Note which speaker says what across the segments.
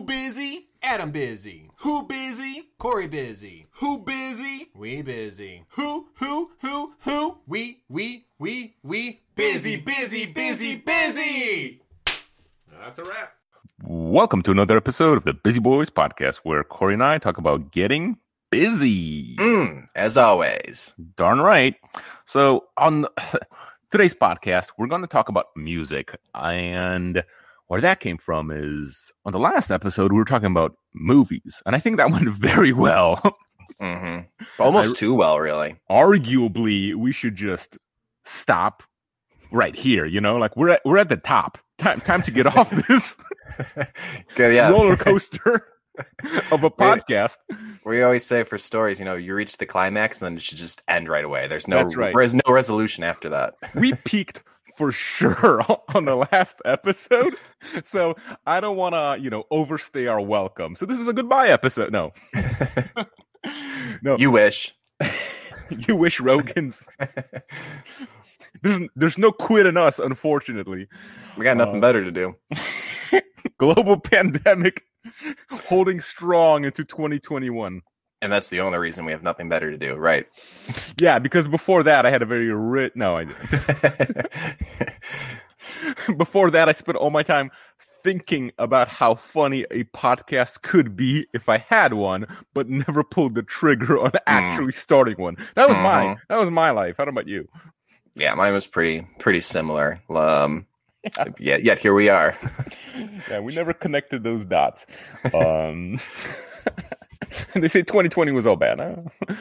Speaker 1: busy? Adam busy. Who busy? Corey busy. Who busy? We busy. Who, who, who, who? We, we, we, we busy, busy, busy, busy.
Speaker 2: That's a wrap.
Speaker 3: Welcome to another episode of the Busy Boys Podcast, where Corey and I talk about getting busy.
Speaker 4: Mm, as always.
Speaker 3: Darn right. So on the, today's podcast, we're going to talk about music, and where that came from is on the last episode we were talking about movies, and I think that went very well.
Speaker 4: hmm Almost
Speaker 3: I-
Speaker 4: too well, really.
Speaker 3: Arguably, we should just stop right here. You know, like we're at, we're at the top. Time time to get off this
Speaker 4: 'Cause, yeah,
Speaker 3: roller coaster of a podcast.
Speaker 4: we always say for stories, you know, you reach the climax and then it should just end right away. There's no,
Speaker 3: That's right.
Speaker 4: there's no resolution after that.
Speaker 3: we peaked for sure on the last episode. So I don't want to, you know, overstay our welcome. So this is a goodbye episode. No. no. You,
Speaker 4: You wish.
Speaker 3: wish Rogan's. There's there's no quit in us, unfortunately.
Speaker 4: We got nothing
Speaker 3: Uh,
Speaker 4: better to do.
Speaker 3: Global pandemic holding strong into 2021.
Speaker 4: And that's the only reason we have nothing better to do, right?
Speaker 3: Yeah, because before that I had a very rich. No, I didn't. before that I spent all my time thinking about how funny a podcast could be if I had one, but never pulled the trigger on actually starting one. That was mine. That was my life. How about you?
Speaker 4: yeah, mine was pretty pretty similar. Um, yet, yet here we are.
Speaker 3: Yeah, we never connected those dots. Um They say 2020 was all bad. Huh?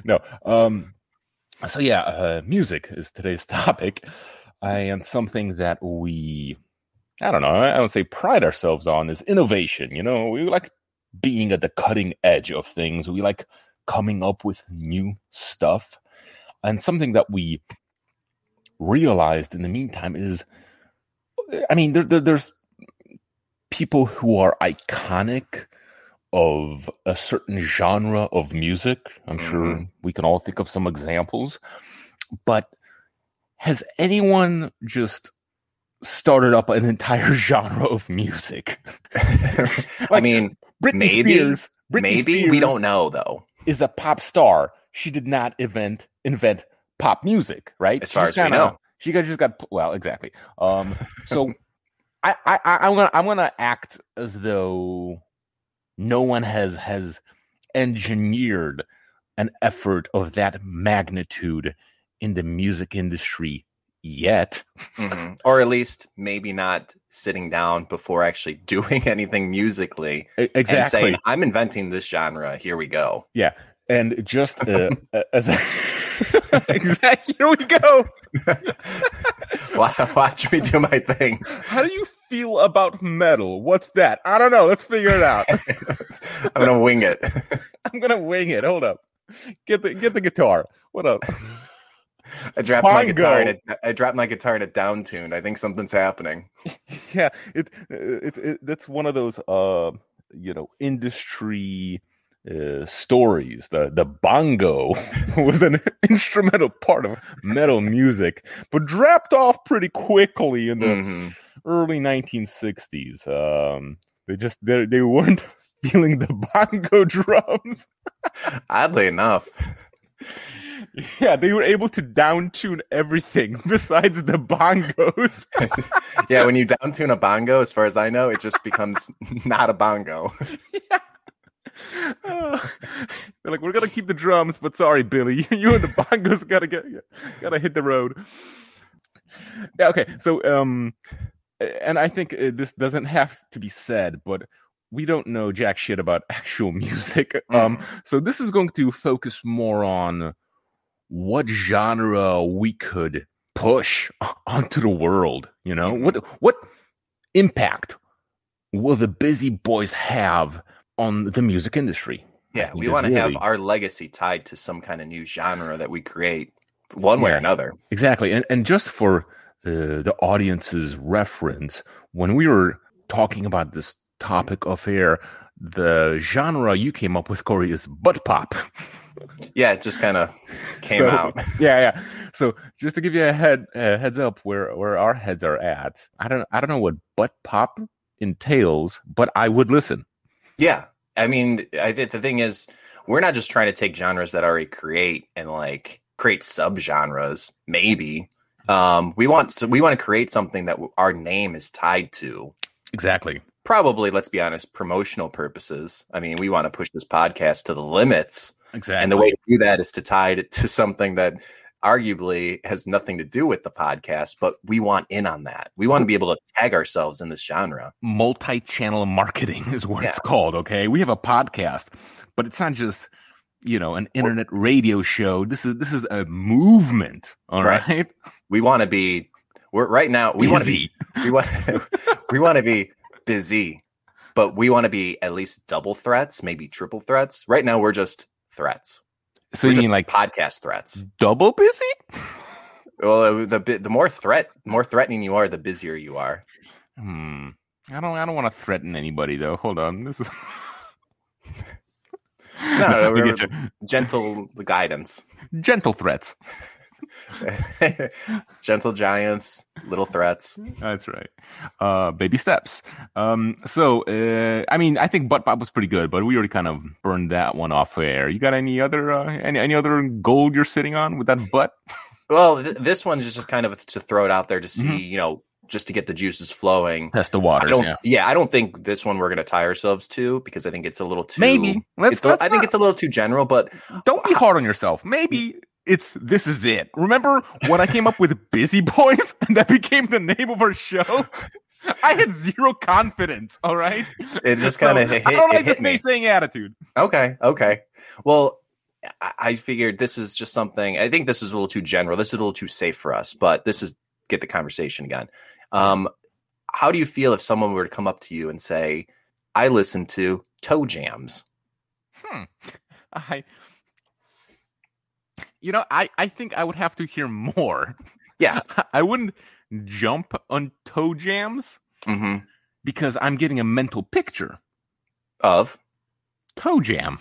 Speaker 3: no. Um so yeah, uh, music is today's topic and something that we I don't know. I don't say pride ourselves on is innovation. You know, we like being at the cutting edge of things. We like coming up with new stuff. And something that we realized in the meantime is I mean, there, there, there's people who are iconic of a certain genre of music. I'm
Speaker 4: Mm-hmm.
Speaker 3: sure we can all think of some examples. But has anyone just started up an entire genre of music?
Speaker 4: I mean,
Speaker 3: Britney
Speaker 4: Maybe.
Speaker 3: Spears. Britney
Speaker 4: maybe we
Speaker 3: Spears
Speaker 4: don't know though.
Speaker 3: Is a pop star. She did not invent invent pop music, right?
Speaker 4: As
Speaker 3: She
Speaker 4: far
Speaker 3: just
Speaker 4: as we
Speaker 3: kinda-
Speaker 4: know.
Speaker 3: she got just got well, exactly. Um, so I, I, I, I'm gonna I'm gonna act as though no one has has engineered an effort of that magnitude in the music industry yet.
Speaker 4: hmm Or at least maybe not sitting down before actually doing anything musically
Speaker 3: E- Exactly.
Speaker 4: and saying, I'm inventing this genre. Here we go.
Speaker 3: Yeah, and just uh, as a, exactly here we go.
Speaker 4: Watch, watch me do my thing.
Speaker 3: How do you feel about metal? What's that? I don't know. Let's figure it out.
Speaker 4: I'm going to wing it.
Speaker 3: I'm gonna wing it. Hold up. Get the get the guitar. What up?
Speaker 4: I dropped my
Speaker 3: Bongo.
Speaker 4: guitar and it, I dropped my guitar and it down tuned. I think something's happening.
Speaker 3: yeah, it it's it, that's one of those uh you know industry uh, stories. The the bongo was an instrumental part of metal music, but dropped off pretty quickly in the
Speaker 4: Mhm.
Speaker 3: early 1960s. Um, they just they they weren't feeling the bongo drums.
Speaker 4: Mm-hmm. Oddly enough,
Speaker 3: Yeah, they were able to down tune everything besides the bongos.
Speaker 4: yeah, when you down tune a bongo, as far as I know, it just becomes not a bongo.
Speaker 3: Uh, they're like, we're gonna keep the drums, but sorry, Billy, you and the bongos gotta get gotta hit the road. Yeah, okay, so um, and I think uh, this doesn't have to be said, but we don't know jack shit about actual music. Um, so this is going to focus more on what genre we could push onto the world. You know, what what impact will the busy boys have on the music industry?
Speaker 4: Yeah,
Speaker 3: He
Speaker 4: we
Speaker 3: does
Speaker 4: want to have
Speaker 3: really.
Speaker 4: our legacy tied to some kind of new genre that we create one way or
Speaker 3: Yeah.
Speaker 4: another.
Speaker 3: Exactly. And, and just for uh, the audience's reference, when we were talking about this topic of air, the genre you came up with, Corey, is butt pop.
Speaker 4: Yeah, it just kind of came
Speaker 3: So-
Speaker 4: out.
Speaker 3: yeah, yeah. So just to give you a head uh, heads up where where our heads are at, I don't I don't know what butt pop entails, but I would listen.
Speaker 4: Yeah. I mean, I think the thing is, we're not just trying to take genres that already create and like create subgenres. Maybe um, we want so we want to create something that w- our name is tied to.
Speaker 3: Exactly.
Speaker 4: Probably, let's be honest, promotional purposes. I mean, we want to push this podcast to the limits,
Speaker 3: Exactly.
Speaker 4: and the way to do that is to tie it to something that arguably has nothing to do with the podcast, but we want in on that. We want to be able to tag ourselves in this genre.
Speaker 3: multi-channel marketing is what it's called okay we have a podcast but it's not just you know an internet radio show this is this is a movement all right,
Speaker 4: Right. We want to be. We're right now. We want to be
Speaker 3: Busy.
Speaker 4: we want we want to be busy, but we want to be at least double threats, maybe triple threats. Right now, we're just threats.
Speaker 3: so you
Speaker 4: we're just
Speaker 3: mean like
Speaker 4: podcast threats?
Speaker 3: double busy
Speaker 4: Well, uh, the bi- the more threat, more threatening you are, the busier you are.
Speaker 3: hmm i don't i don't want to threaten anybody though hold on this is
Speaker 4: No, no,
Speaker 3: I
Speaker 4: we're-
Speaker 3: get you.
Speaker 4: Gentle guidance,
Speaker 3: gentle threats
Speaker 4: gentle giants, little threats.
Speaker 3: That's right. Uh, baby steps. Um, so, uh, I mean, I think butt pop was pretty good, but we already kind of burned that one off air. You got any other uh, any any other gold you're sitting on with that butt?
Speaker 4: Well, th- this one's just kind of to throw it out there to see,
Speaker 3: Mm-hmm.
Speaker 4: you know, just to get the juices flowing.
Speaker 3: Test the
Speaker 4: I
Speaker 3: waters.
Speaker 4: don't, yeah. I don't think this one we're going to tie ourselves to because I think it's a little too.
Speaker 3: Maybe. Let's,
Speaker 4: It's a-
Speaker 3: let's
Speaker 4: I think
Speaker 3: not-
Speaker 4: it's a little too general, but
Speaker 3: Don't be hard on yourself. Maybe it's this is it. Remember when I came up with Busy Boys and that became the name of our show? I had zero confidence. All right.
Speaker 4: it just kind of
Speaker 3: So,
Speaker 4: hit.
Speaker 3: I don't
Speaker 4: it
Speaker 3: like this
Speaker 4: hit me.
Speaker 3: naysaying attitude.
Speaker 4: Okay, okay. Well, I, I figured this is just something. I think this is a little too general. This is a little too safe for us, but this is get the conversation again. Um, how do you feel if someone were to come up to you and say, "I listen to Toe Jams"?
Speaker 3: Hmm. I. You know, I I think I would have to hear more.
Speaker 4: Yeah.
Speaker 3: I wouldn't jump on toe jams
Speaker 4: Mm-hmm.
Speaker 3: because I'm getting a mental picture.
Speaker 4: Of
Speaker 3: Toe jam.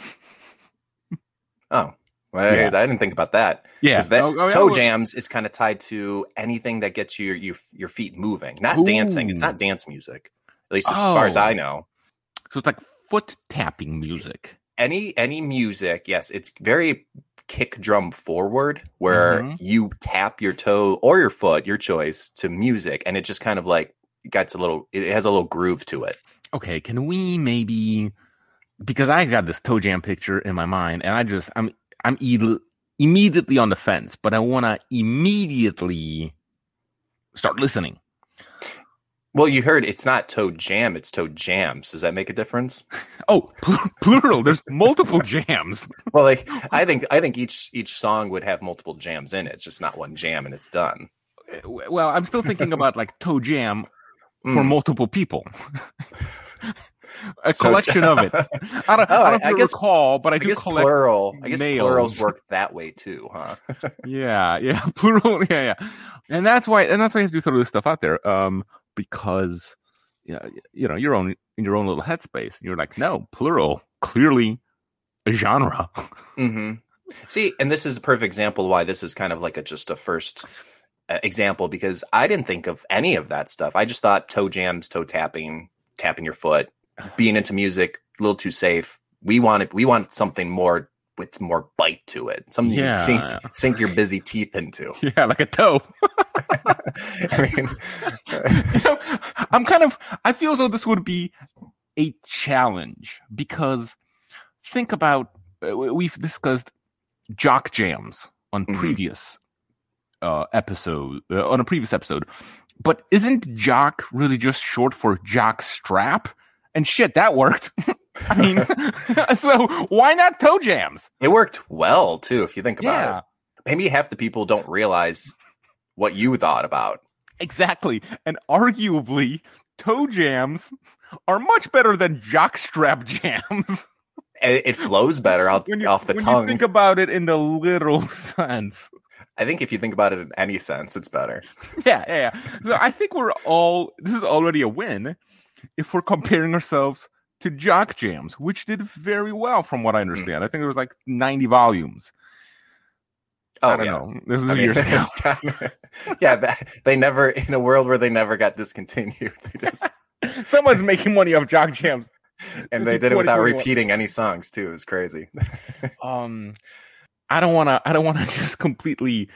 Speaker 4: oh, well,
Speaker 3: Yeah.
Speaker 4: I didn't think about that.
Speaker 3: Yeah.
Speaker 4: 'Cause that
Speaker 3: Oh, oh, yeah,
Speaker 4: toe
Speaker 3: well-
Speaker 4: jams is kind of tied to anything that gets your your, your feet moving, not dancing. It's
Speaker 3: Ooh.
Speaker 4: not dance music, at least as far as
Speaker 3: Oh.
Speaker 4: I know.
Speaker 3: So it's like foot tapping music.
Speaker 4: any any music yes it's very kick drum forward where
Speaker 3: Mhm.
Speaker 4: you tap your toe or your foot your choice to music and it just kind of like gets a little it has a little groove to it
Speaker 3: okay, can we maybe because I got this toe jam picture in my mind and I just I'm I'm e- immediately on the fence, but I want to immediately start listening.
Speaker 4: well you heard it's not toe jam it's toe jams does that make a difference
Speaker 3: Oh, pl- plural, there's multiple jams.
Speaker 4: well like i think i think each each song would have multiple jams in it it's just not one jam and it's done
Speaker 3: Well, I'm still thinking about like toe jam for
Speaker 4: Mm.
Speaker 3: multiple people. A
Speaker 4: So-
Speaker 3: collection of it. I don't,
Speaker 4: Oh,
Speaker 3: I don't
Speaker 4: I
Speaker 3: know
Speaker 4: guess-
Speaker 3: recall, but I
Speaker 4: I
Speaker 3: do
Speaker 4: guess
Speaker 3: collect.
Speaker 4: plural. I guess
Speaker 3: nails.
Speaker 4: plurals work that way too, huh?
Speaker 3: yeah yeah plural yeah yeah and that's why and that's why you have to throw this stuff out there um because yeah you know your own in your own little headspace you're like no plural clearly a genre
Speaker 4: hmm See, and this is a perfect example why this is kind of like a just a first uh, example because I didn't think of any of that stuff. I just thought toe jams, toe tapping, tapping your foot, being into music, a little too safe. We wanted we want something more with more bite to it, something you can
Speaker 3: Yeah.
Speaker 4: sink sink your busy teeth into.
Speaker 3: yeah like a toe
Speaker 4: I mean,
Speaker 3: you know, i'm kind of i feel as though this would be a challenge because think about uh, we- we've discussed jock jams on
Speaker 4: Mhm.
Speaker 3: previous uh episode uh, on a previous episode but isn't jock really just short for jock strap and shit that worked i mean so why not toe jams
Speaker 4: it worked well too, if you think about
Speaker 3: yeah
Speaker 4: it. Maybe half the people don't realize what you thought about.
Speaker 3: exactly and arguably toe jams are much better than jock strap jams
Speaker 4: It, it flows better out
Speaker 3: when you,
Speaker 4: off the
Speaker 3: when
Speaker 4: tongue.
Speaker 3: you think about it in the literal sense.
Speaker 4: I think if you think about it in any sense, it's better.
Speaker 3: Yeah, yeah, yeah. So I think we're all this is already a win if we're comparing ourselves to Jock Jams, which did very well from what I
Speaker 4: Hmm.
Speaker 3: understand. I think there was like 90 volumes.
Speaker 4: Oh,
Speaker 3: I don't
Speaker 4: yeah.
Speaker 3: know. This is
Speaker 4: I mean,
Speaker 3: years ago.
Speaker 4: it's kinda- yeah, that, they never in a world where they never got discontinued. They just
Speaker 3: Someone's making money off Jock Jams.
Speaker 4: and they did it without
Speaker 3: 2021.
Speaker 4: repeating any songs too. It was crazy.
Speaker 3: um i don't want to i don't want to just completely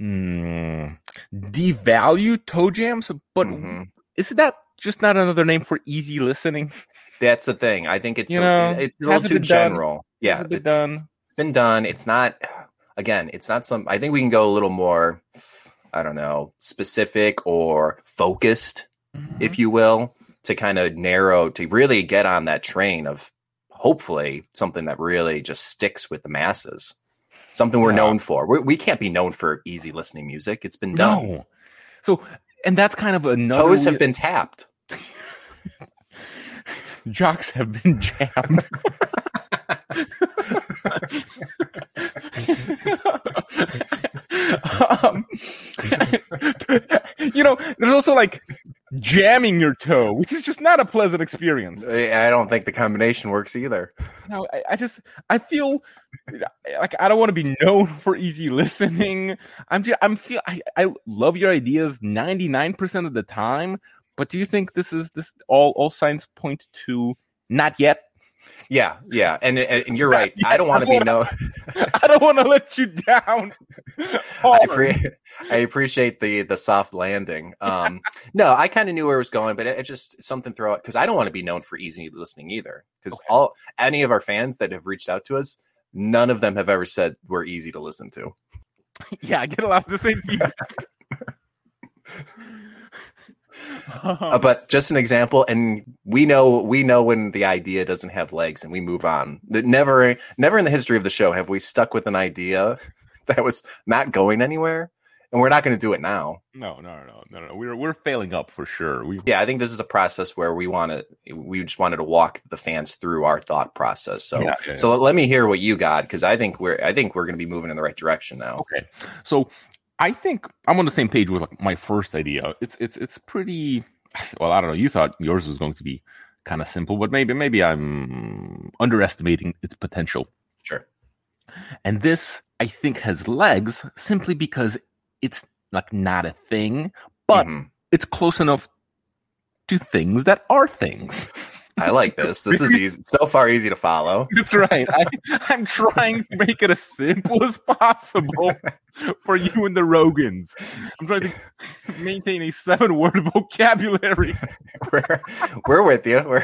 Speaker 3: mm, devalue toe jams but
Speaker 4: Mhm.
Speaker 3: is that just not another name for easy listening
Speaker 4: That's the thing. I think it's
Speaker 3: You
Speaker 4: a-
Speaker 3: know,
Speaker 4: it's a little
Speaker 3: hasn't
Speaker 4: too
Speaker 3: been done.
Speaker 4: general. Yeah,
Speaker 3: Has it been
Speaker 4: it's
Speaker 3: done
Speaker 4: been done. It's not again. It's not some. I think we can go a little more. I don't know, specific or focused
Speaker 3: Mhm.
Speaker 4: if you will, to kind of narrow to really get on that train of hopefully something that really just sticks with the masses. Something we're
Speaker 3: Yeah.
Speaker 4: known for. We, we can't be known for easy listening music. It's been done.
Speaker 3: no so and that's kind of another
Speaker 4: Toes
Speaker 3: re-
Speaker 4: have been tapped.
Speaker 3: jocks have been jammed. um, you know, there's also like jamming your toe, which is just not a pleasant experience.
Speaker 4: I I don't think the combination works either.
Speaker 3: No, I, I just I feel like I don't want to be known for easy listening. I'm just I'm feel I, I love your ideas 99% of the time, but do you think this is this all all signs point to not yet?
Speaker 4: Yeah, yeah, and and and you're right. I don't want to be known.
Speaker 3: I don't want to let you down.
Speaker 4: I, appre- I appreciate the the soft landing. Um, no, I kind of knew where it was going, but it, it just something throw it because I don't want to be known for easy listening either. Because
Speaker 3: Okay.
Speaker 4: all any of our fans that have reached out to us, none of them have ever said we're easy to listen to.
Speaker 3: yeah, I get a lot of the same feedback. Oh.
Speaker 4: Uh, but just an example, and we know we know when the idea doesn't have legs, and we move on. That Never, never in the history of the show have we stuck with an idea that was not going anywhere, and we're not going to do it now.
Speaker 3: no, no, no, no, no. We're we're failing up for sure. We
Speaker 4: yeah i think this is a process where we want to we just wanted to walk the fans through our thought process so
Speaker 3: Yeah, yeah,
Speaker 4: so let me hear what you got because i think we're i think we're going to be moving in the right direction now
Speaker 3: Okay. So I think I'm on the same page with like my first idea. It's it's it's pretty well, I don't know. You thought yours was going to be kind of simple, but maybe maybe I'm underestimating its potential.
Speaker 4: sure
Speaker 3: And this I think has legs simply because it's like not a thing, but
Speaker 4: Mhm.
Speaker 3: it's close enough to things that are things.
Speaker 4: i like this this is easy so far easy to follow
Speaker 3: That's right. I, I'm trying to make it as simple as possible for you and the Rogans. I'm trying to maintain a seven word vocabulary.
Speaker 4: we're, we're with you we're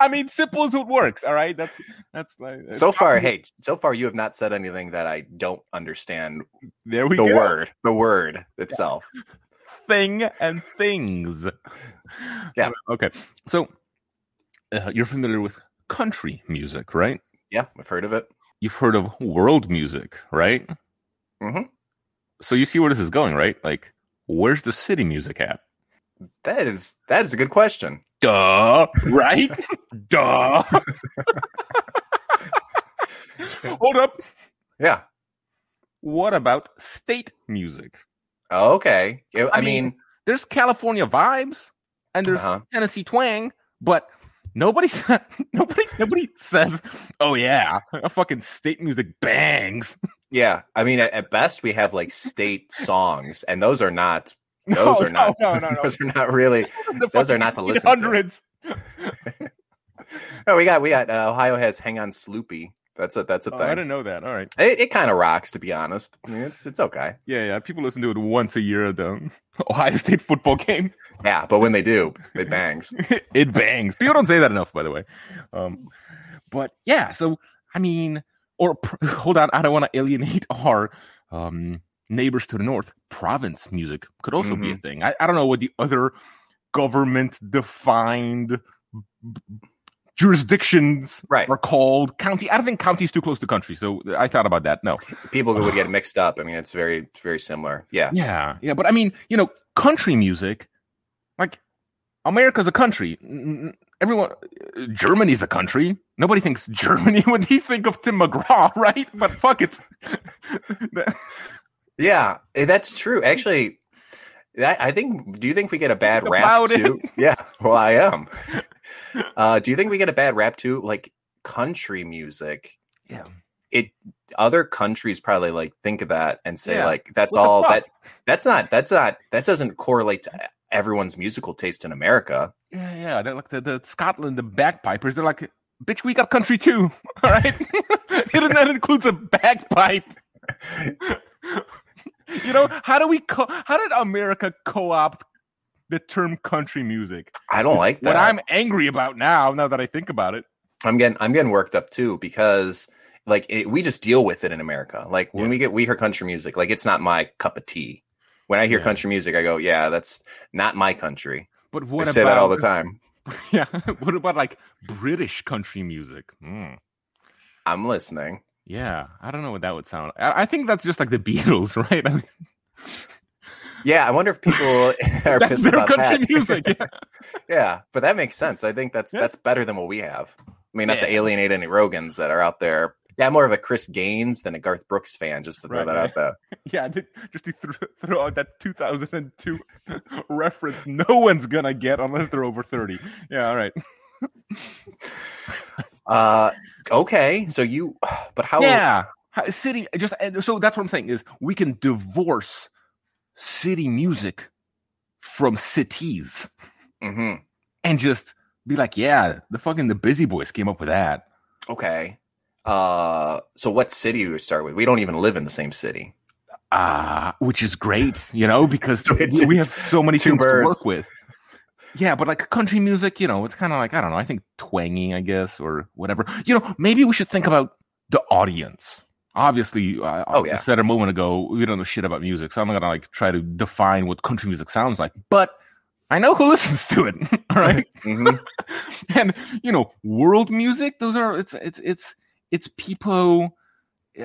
Speaker 3: I mean, simple is what works. All right. That's that's like
Speaker 4: so far hey so far you have not said anything that i don't understand
Speaker 3: there we
Speaker 4: the
Speaker 3: go.
Speaker 4: word the word itself
Speaker 3: Thing and things.
Speaker 4: Yeah.
Speaker 3: Okay. So uh, you're familiar with country music, right?
Speaker 4: yeah i've heard of it
Speaker 3: You've heard of world music, right?
Speaker 4: Mhm.
Speaker 3: So you see where this is going, right? Like, where's the city music at?
Speaker 4: that is that is a good question
Speaker 3: Duh, right? Duh. Hold up.
Speaker 4: yeah
Speaker 3: What about state music?
Speaker 4: okay i, I
Speaker 3: I
Speaker 4: mean,
Speaker 3: mean, There's California vibes and there's
Speaker 4: uh-huh.
Speaker 3: Tennessee twang, but nobody sa- nobody nobody says, "Oh yeah, a fucking state music bangs."
Speaker 4: Yeah, I mean, at, at best we have like state songs, and those are not. Those
Speaker 3: No,
Speaker 4: are not.
Speaker 3: No, no, no. no.
Speaker 4: Those are not really.
Speaker 3: The
Speaker 4: Those are
Speaker 3: fucking
Speaker 4: not to listen to.
Speaker 3: 1800s.
Speaker 4: Oh, we got we got uh, Ohio has "Hang On Sloopy." That's a that's a
Speaker 3: Oh, I
Speaker 4: thing.
Speaker 3: didn't know that. All right.
Speaker 4: It, it kind of rocks, to be honest. I mean, it's it's okay.
Speaker 3: Yeah, yeah. People listen to it once a year at the Ohio State football game.
Speaker 4: Yeah, but when they do, it bangs.
Speaker 3: it bangs. People don't say that enough, by the way. Um, but yeah, so I mean, or pr- hold on, I don't want to alienate our um, neighbors to the north. Province music could also be a thing. I, I don't know what the other government defined jurisdictions
Speaker 4: Right.
Speaker 3: are called. County. I don't think county's too close to country, so I thought about that. No.
Speaker 4: People would get mixed up. I mean, it's very it's very similar. Yeah,
Speaker 3: Yeah, yeah, but I mean, you know, country music, like America's a country. N- n- Everyone, Germany's a country. Nobody thinks Germany when they think of Tim McGraw, right? But fuck, it's
Speaker 4: yeah, eh, that's true. Actually, that I think. Do you think we get a bad
Speaker 3: Think
Speaker 4: rap
Speaker 3: about it.
Speaker 4: too? Yeah. Well, I am. Uh, do you think we get a bad rap too? Like country music
Speaker 3: yeah.
Speaker 4: other countries probably like think of that and say
Speaker 3: Yeah.
Speaker 4: like that's
Speaker 3: What the
Speaker 4: all
Speaker 3: fuck?
Speaker 4: that that's not that's not that doesn't correlate to e-, everyone's musical taste in America.
Speaker 3: Yeah, yeah. They're like the, the Scotland, the bagpipers. They're like, bitch, we got country too. All right. and that includes a bagpipe. you know, how do we, co- how did America co opt the term country music?
Speaker 4: I don't like that.
Speaker 3: What I'm angry about now, now that I think about it.
Speaker 4: I'm getting I'm getting worked up too because like it, we just deal with it in America. Like when
Speaker 3: Yeah.
Speaker 4: we get we hear country music, like it's not my cup of tea. When I hear
Speaker 3: Yeah.
Speaker 4: country music, I go, yeah, that's not my country.
Speaker 3: But
Speaker 4: I
Speaker 3: what
Speaker 4: say
Speaker 3: about
Speaker 4: that all the time.
Speaker 3: Yeah. What about like British country music? Hmm.
Speaker 4: I'm listening.
Speaker 3: Yeah, I don't know what that would sound. I, I think that's just like the Beatles, right? I mean,
Speaker 4: Yeah, I wonder if people are
Speaker 3: that's
Speaker 4: pissed
Speaker 3: their
Speaker 4: about
Speaker 3: country
Speaker 4: that.
Speaker 3: music. Yeah.
Speaker 4: yeah, but that makes sense. I think that's
Speaker 3: Yeah.
Speaker 4: that's better than what we have. I mean, not to
Speaker 3: Yeah.
Speaker 4: alienate any Rogans that are out there. Yeah, I'm more of a Chris Gaines than a Garth Brooks fan. Just to throw
Speaker 3: Right,
Speaker 4: that
Speaker 3: right.
Speaker 4: out there.
Speaker 3: Yeah, I did- just to thro- throw out that 2002 reference, no one's gonna get unless they're over 30. Yeah, all right.
Speaker 4: Uh, okay, so you, but how?
Speaker 3: yeah, How- city. Just and so that's what I'm saying is we can divorce city music from cities
Speaker 4: Mhm.
Speaker 3: and just be like, yeah, the fucking the Busy Boys came up with that.
Speaker 4: Okay. Uh, so what city do we start with? We don't even live in the same city.
Speaker 3: uh, which is great, you know, because
Speaker 4: So it's-
Speaker 3: we, we have
Speaker 4: it's
Speaker 3: so many
Speaker 4: two
Speaker 3: things to
Speaker 4: birds.
Speaker 3: work with. Yeah, but like country music, you know, it's kind of like I don't know. I think twangy, I guess, or whatever. You know, maybe we should think about the audience. Obviously, I,
Speaker 4: Oh,
Speaker 3: I
Speaker 4: yeah.
Speaker 3: said a moment ago we don't know shit about music, so I'm not gonna like try to define what country music sounds like. But I know who listens to it. All right,
Speaker 4: Mhm.
Speaker 3: and you know world music those are it's it's it's it's people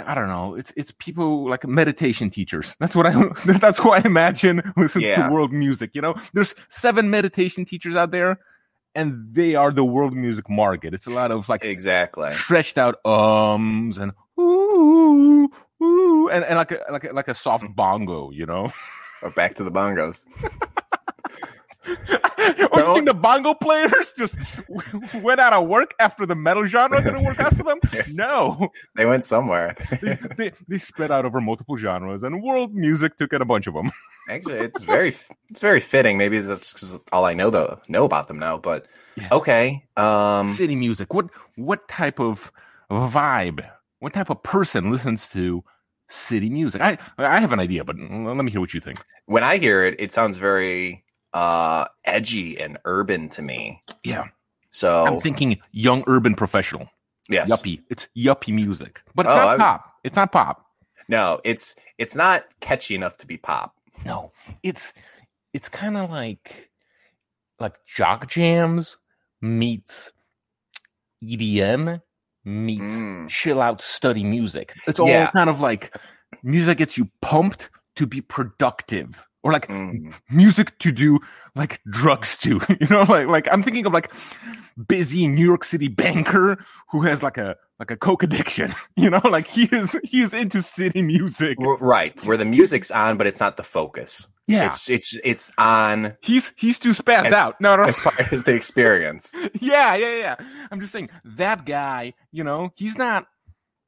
Speaker 3: i don't know it's it's people like meditation teachers that's what i that's who i imagine listens
Speaker 4: Yeah.
Speaker 3: to world music you know there's seven meditation teachers out there and they are the world music market it's a lot of like
Speaker 4: exactly.
Speaker 3: stretched out ums and ooh ooh and, and like a like a, like a soft
Speaker 4: Mm.
Speaker 3: bongo you know
Speaker 4: Or back to the bongos.
Speaker 3: or you think the bongo players just w- went out of work after the metal genre didn't work out for them? No,
Speaker 4: They went somewhere.
Speaker 3: they, they, they spread out over multiple genres, and world music took in a bunch of them.
Speaker 4: Actually, it's very it's very fitting. Maybe that's 'cause all I know though know about them now. But
Speaker 3: Yeah.
Speaker 4: okay, um,
Speaker 3: City music. What what type of vibe? What type of person listens to city music? I I have an idea, but l- let me hear what you think.
Speaker 4: when I hear it, it sounds very uh edgy and urban to me.
Speaker 3: Yeah, I'm
Speaker 4: So
Speaker 3: thinking young urban professional,
Speaker 4: Oh. yes,
Speaker 3: yuppie. It's yuppie music, but it's
Speaker 4: Oh,
Speaker 3: not
Speaker 4: I'm-
Speaker 3: pop. It's not pop.
Speaker 4: no, it's it's not catchy enough to be pop.
Speaker 3: No, it's it's kind of like like jock jams meets EDM meets
Speaker 4: Mm.
Speaker 3: chill out study music. It's all
Speaker 4: Yeah.
Speaker 3: kind of like music gets you pumped to be productive or like
Speaker 4: Mm.
Speaker 3: music to do like drugs to. You know like like I'm thinking of like busy New York City banker who has like a like a coke addiction. You know like he is he is into city music.
Speaker 4: R- Right, where the music's on, but it's not the focus.
Speaker 3: Yeah.
Speaker 4: It's it's it's on
Speaker 3: He's he's too spazzed
Speaker 4: It's-
Speaker 3: out. No, no,
Speaker 4: as part as the experience.
Speaker 3: yeah, yeah, yeah. I'm just saying that guy. You know, he's not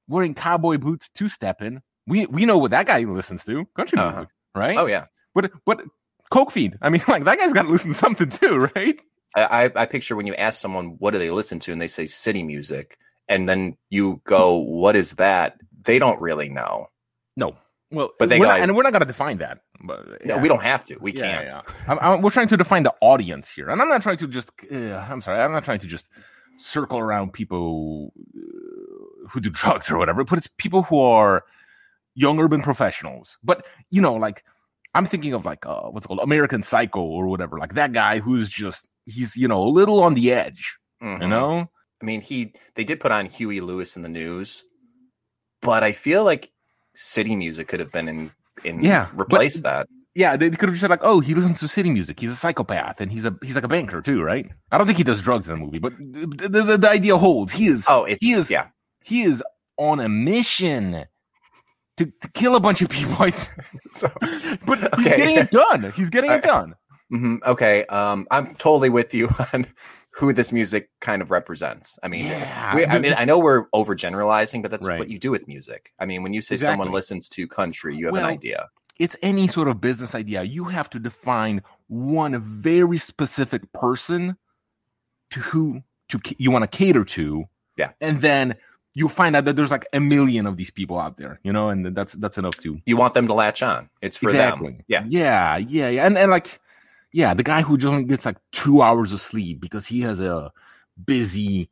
Speaker 3: wearing cowboy boots, two stepping. We we know what that guy listens to, country
Speaker 4: Uh-huh.
Speaker 3: music, right?
Speaker 4: Oh yeah,
Speaker 3: But but coke fiend. I mean, like that guy's got to listen to something too, right?
Speaker 4: I, I I picture when you ask someone what do they listen to, and they say city music, and then you go, "What is that?" They don't really know.
Speaker 3: No. Well,
Speaker 4: But they
Speaker 3: we're
Speaker 4: got-
Speaker 3: not, and we're not gonna define that. But
Speaker 4: No, we don't have to. We
Speaker 3: Yeah,
Speaker 4: can't.
Speaker 3: yeah. I'm, I'm, we're trying to define the audience here, and I'm not trying to just. Uh, I'm sorry, I'm not trying to just circle around people uh, who do drugs or whatever, but it's people who are young urban professionals. But you know, like I'm thinking of like uh, what's it called American Psycho or whatever, like that guy who's just he's you know a little on the edge,
Speaker 4: Mhm.
Speaker 3: you know.
Speaker 4: I mean, he they did put on Huey Lewis in the news, but I feel like city music could have been in in
Speaker 3: Yeah, but-
Speaker 4: replace that.
Speaker 3: Yeah, they could have just said like, "Oh, he listens to city music. He's a psychopath, and he's a he's like a banker too, right?" I don't think he does drugs in the movie, but the, the, the, the idea holds. He is
Speaker 4: Oh, it's
Speaker 3: he is-
Speaker 4: yeah.
Speaker 3: he is on a mission to, to kill a bunch of people. I think.
Speaker 4: So
Speaker 3: but he's
Speaker 4: Okay.
Speaker 3: getting it done. He's getting
Speaker 4: All right.
Speaker 3: it done.
Speaker 4: mhm, okay, um, I'm totally with you on who this music kind of represents. I mean,
Speaker 3: Yeah.
Speaker 4: We,
Speaker 3: The-
Speaker 4: I mean, I know we're overgeneralizing, but that's
Speaker 3: Right.
Speaker 4: what you do with music. I mean, when you say someone
Speaker 3: Exactly.
Speaker 4: listens to country, you have
Speaker 3: Well-
Speaker 4: an idea.
Speaker 3: it's any sort of business idea. You have to define one very specific person to who to ca- you want to cater to.
Speaker 4: Yeah.
Speaker 3: and then you find out that there's like a million of these people out there, you know, and that's that's enough to
Speaker 4: You want them to latch on. It's for them. Yeah.
Speaker 3: yeah, yeah, yeah, and and like, yeah, the guy who just only gets like two hours of sleep because he has a busy.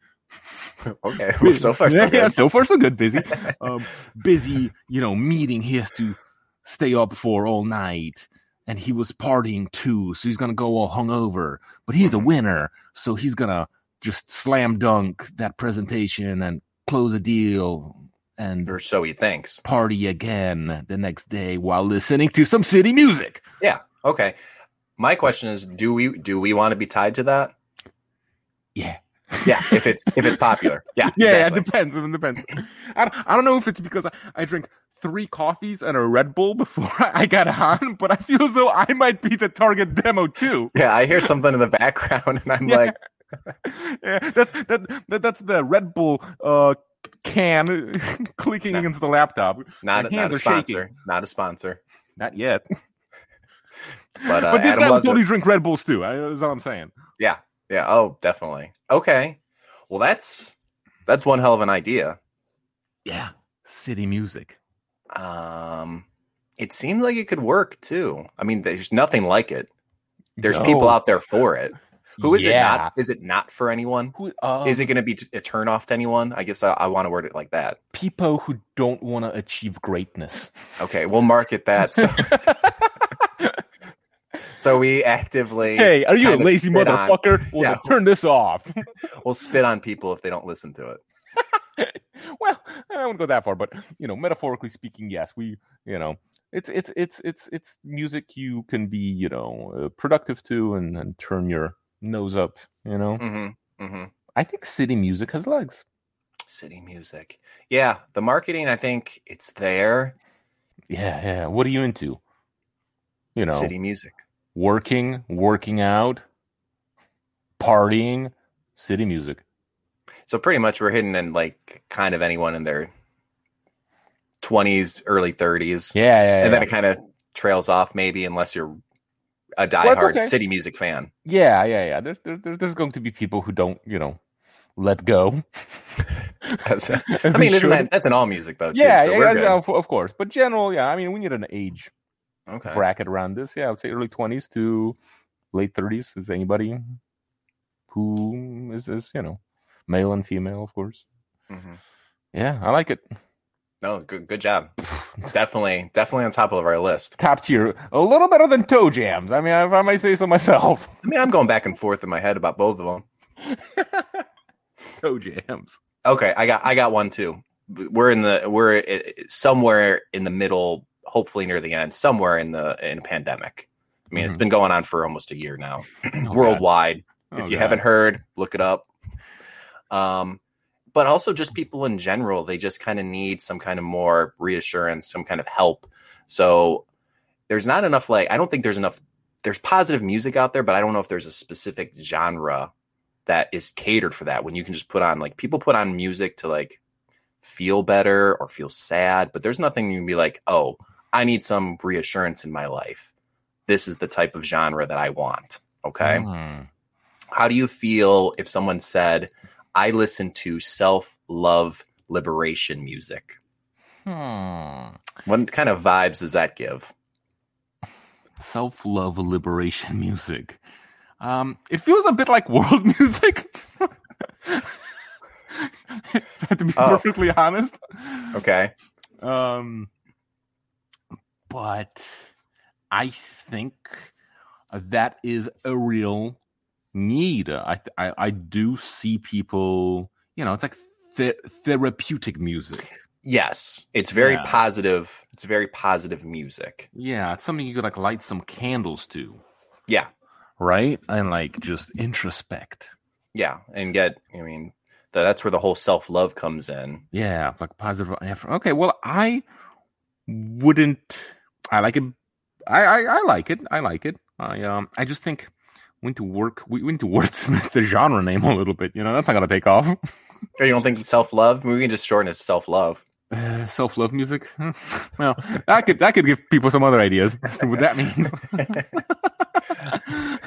Speaker 4: Okay. Well, so far, so
Speaker 3: yeah, yeah,
Speaker 4: good.
Speaker 3: so far so good. Busy, um, busy. You know, meeting. He has to stay up for all night, and he was partying too, so he's gonna go all hungover. But he's
Speaker 4: Mhm.
Speaker 3: a winner, so he's gonna just slam dunk that presentation and close a deal and
Speaker 4: Or so he thinks.
Speaker 3: party again the next day while listening to some city music.
Speaker 4: Okay. My question is, do we do we want to be tied to that?
Speaker 3: Yeah.
Speaker 4: Yeah, if it's if it's popular. Yeah.
Speaker 3: Yeah,
Speaker 4: exactly.
Speaker 3: it depends. It depends. I, don't- I don't know if it's because I, I drank three coffees and a Red Bull before I got on, but I feel as though I might be the target demo too.
Speaker 4: Yeah, I hear something in the background and I'm
Speaker 3: Yeah.
Speaker 4: like,
Speaker 3: Yeah, that's that, that that's the Red Bull uh, can clicking
Speaker 4: No.
Speaker 3: against the laptop.
Speaker 4: not,
Speaker 3: My
Speaker 4: not
Speaker 3: hands
Speaker 4: a
Speaker 3: are shaking.
Speaker 4: sponsor. Not a sponsor.
Speaker 3: Not yet.
Speaker 4: But, uh,
Speaker 3: but this
Speaker 4: Adam
Speaker 3: guy will
Speaker 4: loves it.
Speaker 3: totally drink Red Bulls too. I, that's all I'm saying.
Speaker 4: Yeah, oh definitely. Okay. Well that's that's one hell of an idea.
Speaker 3: Yeah, city music.
Speaker 4: Um, it seems like it could work too. I mean, there's nothing like it. There's
Speaker 3: No.
Speaker 4: people out there for it. Who is it
Speaker 3: Yeah.
Speaker 4: not? Is it not for anyone?
Speaker 3: Who, uh,
Speaker 4: is it going to be t- a turn off to anyone? I guess I, I want to word it like that.
Speaker 3: people who don't want to achieve greatness?
Speaker 4: Okay, we'll market that. So, so we actively
Speaker 3: Hey, are you a
Speaker 4: kinda
Speaker 3: lazy
Speaker 4: spit on-
Speaker 3: motherfucker? Well,
Speaker 4: Yeah.
Speaker 3: then turn this off.
Speaker 4: will spit on people if they don't listen to it.
Speaker 3: well, I won't go that far, but you know, metaphorically speaking, yes, we, you know, it's it's it's it's it's music you can be, you know, uh, productive to and, and turn your nose up. You know,
Speaker 4: Mm-hmm. Mm-hmm.
Speaker 3: I think city music has legs.
Speaker 4: City music. Yeah, the marketing. I think it's there.
Speaker 3: Yeah, yeah. What are you into? You know,
Speaker 4: City music.
Speaker 3: working, working out, partying, city music.
Speaker 4: So pretty much we're hitting in like kind of anyone in their 20s, early 30s.
Speaker 3: Yeah, yeah,
Speaker 4: and
Speaker 3: yeah.
Speaker 4: then it kind of trails off maybe unless you're a
Speaker 3: that's
Speaker 4: diehard
Speaker 3: okay.
Speaker 4: city music fan.
Speaker 3: Yeah, yeah, yeah. There's there, there- there's going to be people who don't, you know, let go.
Speaker 4: That's- I
Speaker 3: As
Speaker 4: I
Speaker 3: they
Speaker 4: mean, isn't
Speaker 3: should.
Speaker 4: that that's in all music though? Too,
Speaker 3: yeah,
Speaker 4: so
Speaker 3: yeah,
Speaker 4: we're
Speaker 3: yeah,
Speaker 4: good.
Speaker 3: of, of course. But general, yeah. I mean, we need an age
Speaker 4: Okay.
Speaker 3: bracket around this. Yeah, I would say early twenties to late thirties. Is anybody who is is you know male and female, of course.
Speaker 4: Mhm.
Speaker 3: Yeah, I like it.
Speaker 4: No, good, good job. definitely, definitely on top of our list.
Speaker 3: Top tier, a little better than toe jams. I mean, if I may say so myself.
Speaker 4: I mean, I'm going back and forth in my head about both of them.
Speaker 3: toe jams.
Speaker 4: Okay, I got I got one too. We're in the we're uh, somewhere in the middle, hopefully near the end, somewhere in the in a pandemic. I mean, it's
Speaker 3: Mhm.
Speaker 4: been going on for almost a year now,
Speaker 3: God.
Speaker 4: worldwide.
Speaker 3: Oh,
Speaker 4: if you
Speaker 3: God.
Speaker 4: haven't heard, look it up. Um, but also just people in general, they just kind of need some kind of more reassurance, some kind of help. So there's not enough like I don't think there's enough there's positive music out there, but I don't know if there's a specific genre that is catered for that when you can just put on like people put on music to like feel better or feel sad, but there's nothing you can be like, oh, I need some reassurance in my life. This is the type of genre that I want. Okay
Speaker 3: Mm.
Speaker 4: how do you feel if someone said i listen to self-love liberation music
Speaker 3: Hmm.
Speaker 4: what kind of vibes does that give
Speaker 3: self love liberation music. Um, it feels a bit like world music. If I have to be
Speaker 4: Oh.
Speaker 3: perfectly honest.
Speaker 4: okay
Speaker 3: Um, but I think that is a real need. I I, I do see people. You know, it's like th- therapeutic music.
Speaker 4: yes it's very
Speaker 3: Yeah.
Speaker 4: positive it's very positive music
Speaker 3: Yeah, it's something you could like light some candles to,
Speaker 4: yeah
Speaker 3: right? And like just introspect.
Speaker 4: yeah and get i mean th- that's where the whole self-love comes in
Speaker 3: Yeah, like positive e-, effort. Okay, well, I wouldn't. I like it. I I, I like it. I like it. I um. I just think we need to work. We, we need to wordsmith the genre name a little bit. You know, that's not gonna take off.
Speaker 4: or you don't think it's self-love we can just shorten it to self-love
Speaker 3: Uh, Self love music. Hmm. well, that could that could give people some other ideas as to what that means.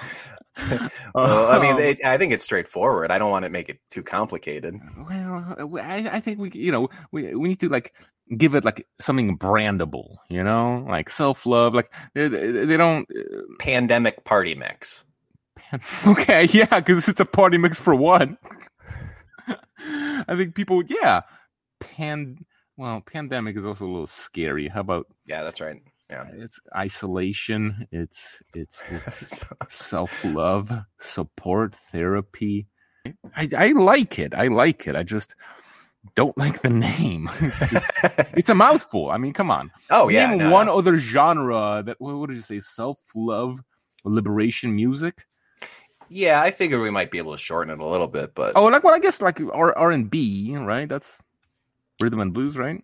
Speaker 4: Well, I mean,
Speaker 3: Um,
Speaker 4: it, I think it's straightforward. I don't want to make it too complicated.
Speaker 3: well, I, I think we, you know, we we need to like give it like something brandable, you know, like self love. Like they, they they don't.
Speaker 4: Pandemic party mix.
Speaker 3: Okay, yeah, because it's a party mix for one. I think people, yeah, pan. Well, pandemic is also a little scary. How about
Speaker 4: Yeah, that's right.
Speaker 3: it's isolation? It's it's it's
Speaker 4: So-
Speaker 3: self love, support, therapy. I, I like it. I like it. I just don't like the name. it's a mouthful. I mean, come on.
Speaker 4: oh yeah,
Speaker 3: Name
Speaker 4: no,
Speaker 3: one
Speaker 4: no.
Speaker 3: other genre that what, what did you say? Self love, liberation music.
Speaker 4: yeah. I figured we might be able to shorten it a little bit, but
Speaker 3: Oh, like well, I guess like R R and B, right? That's rhythm and blues, right?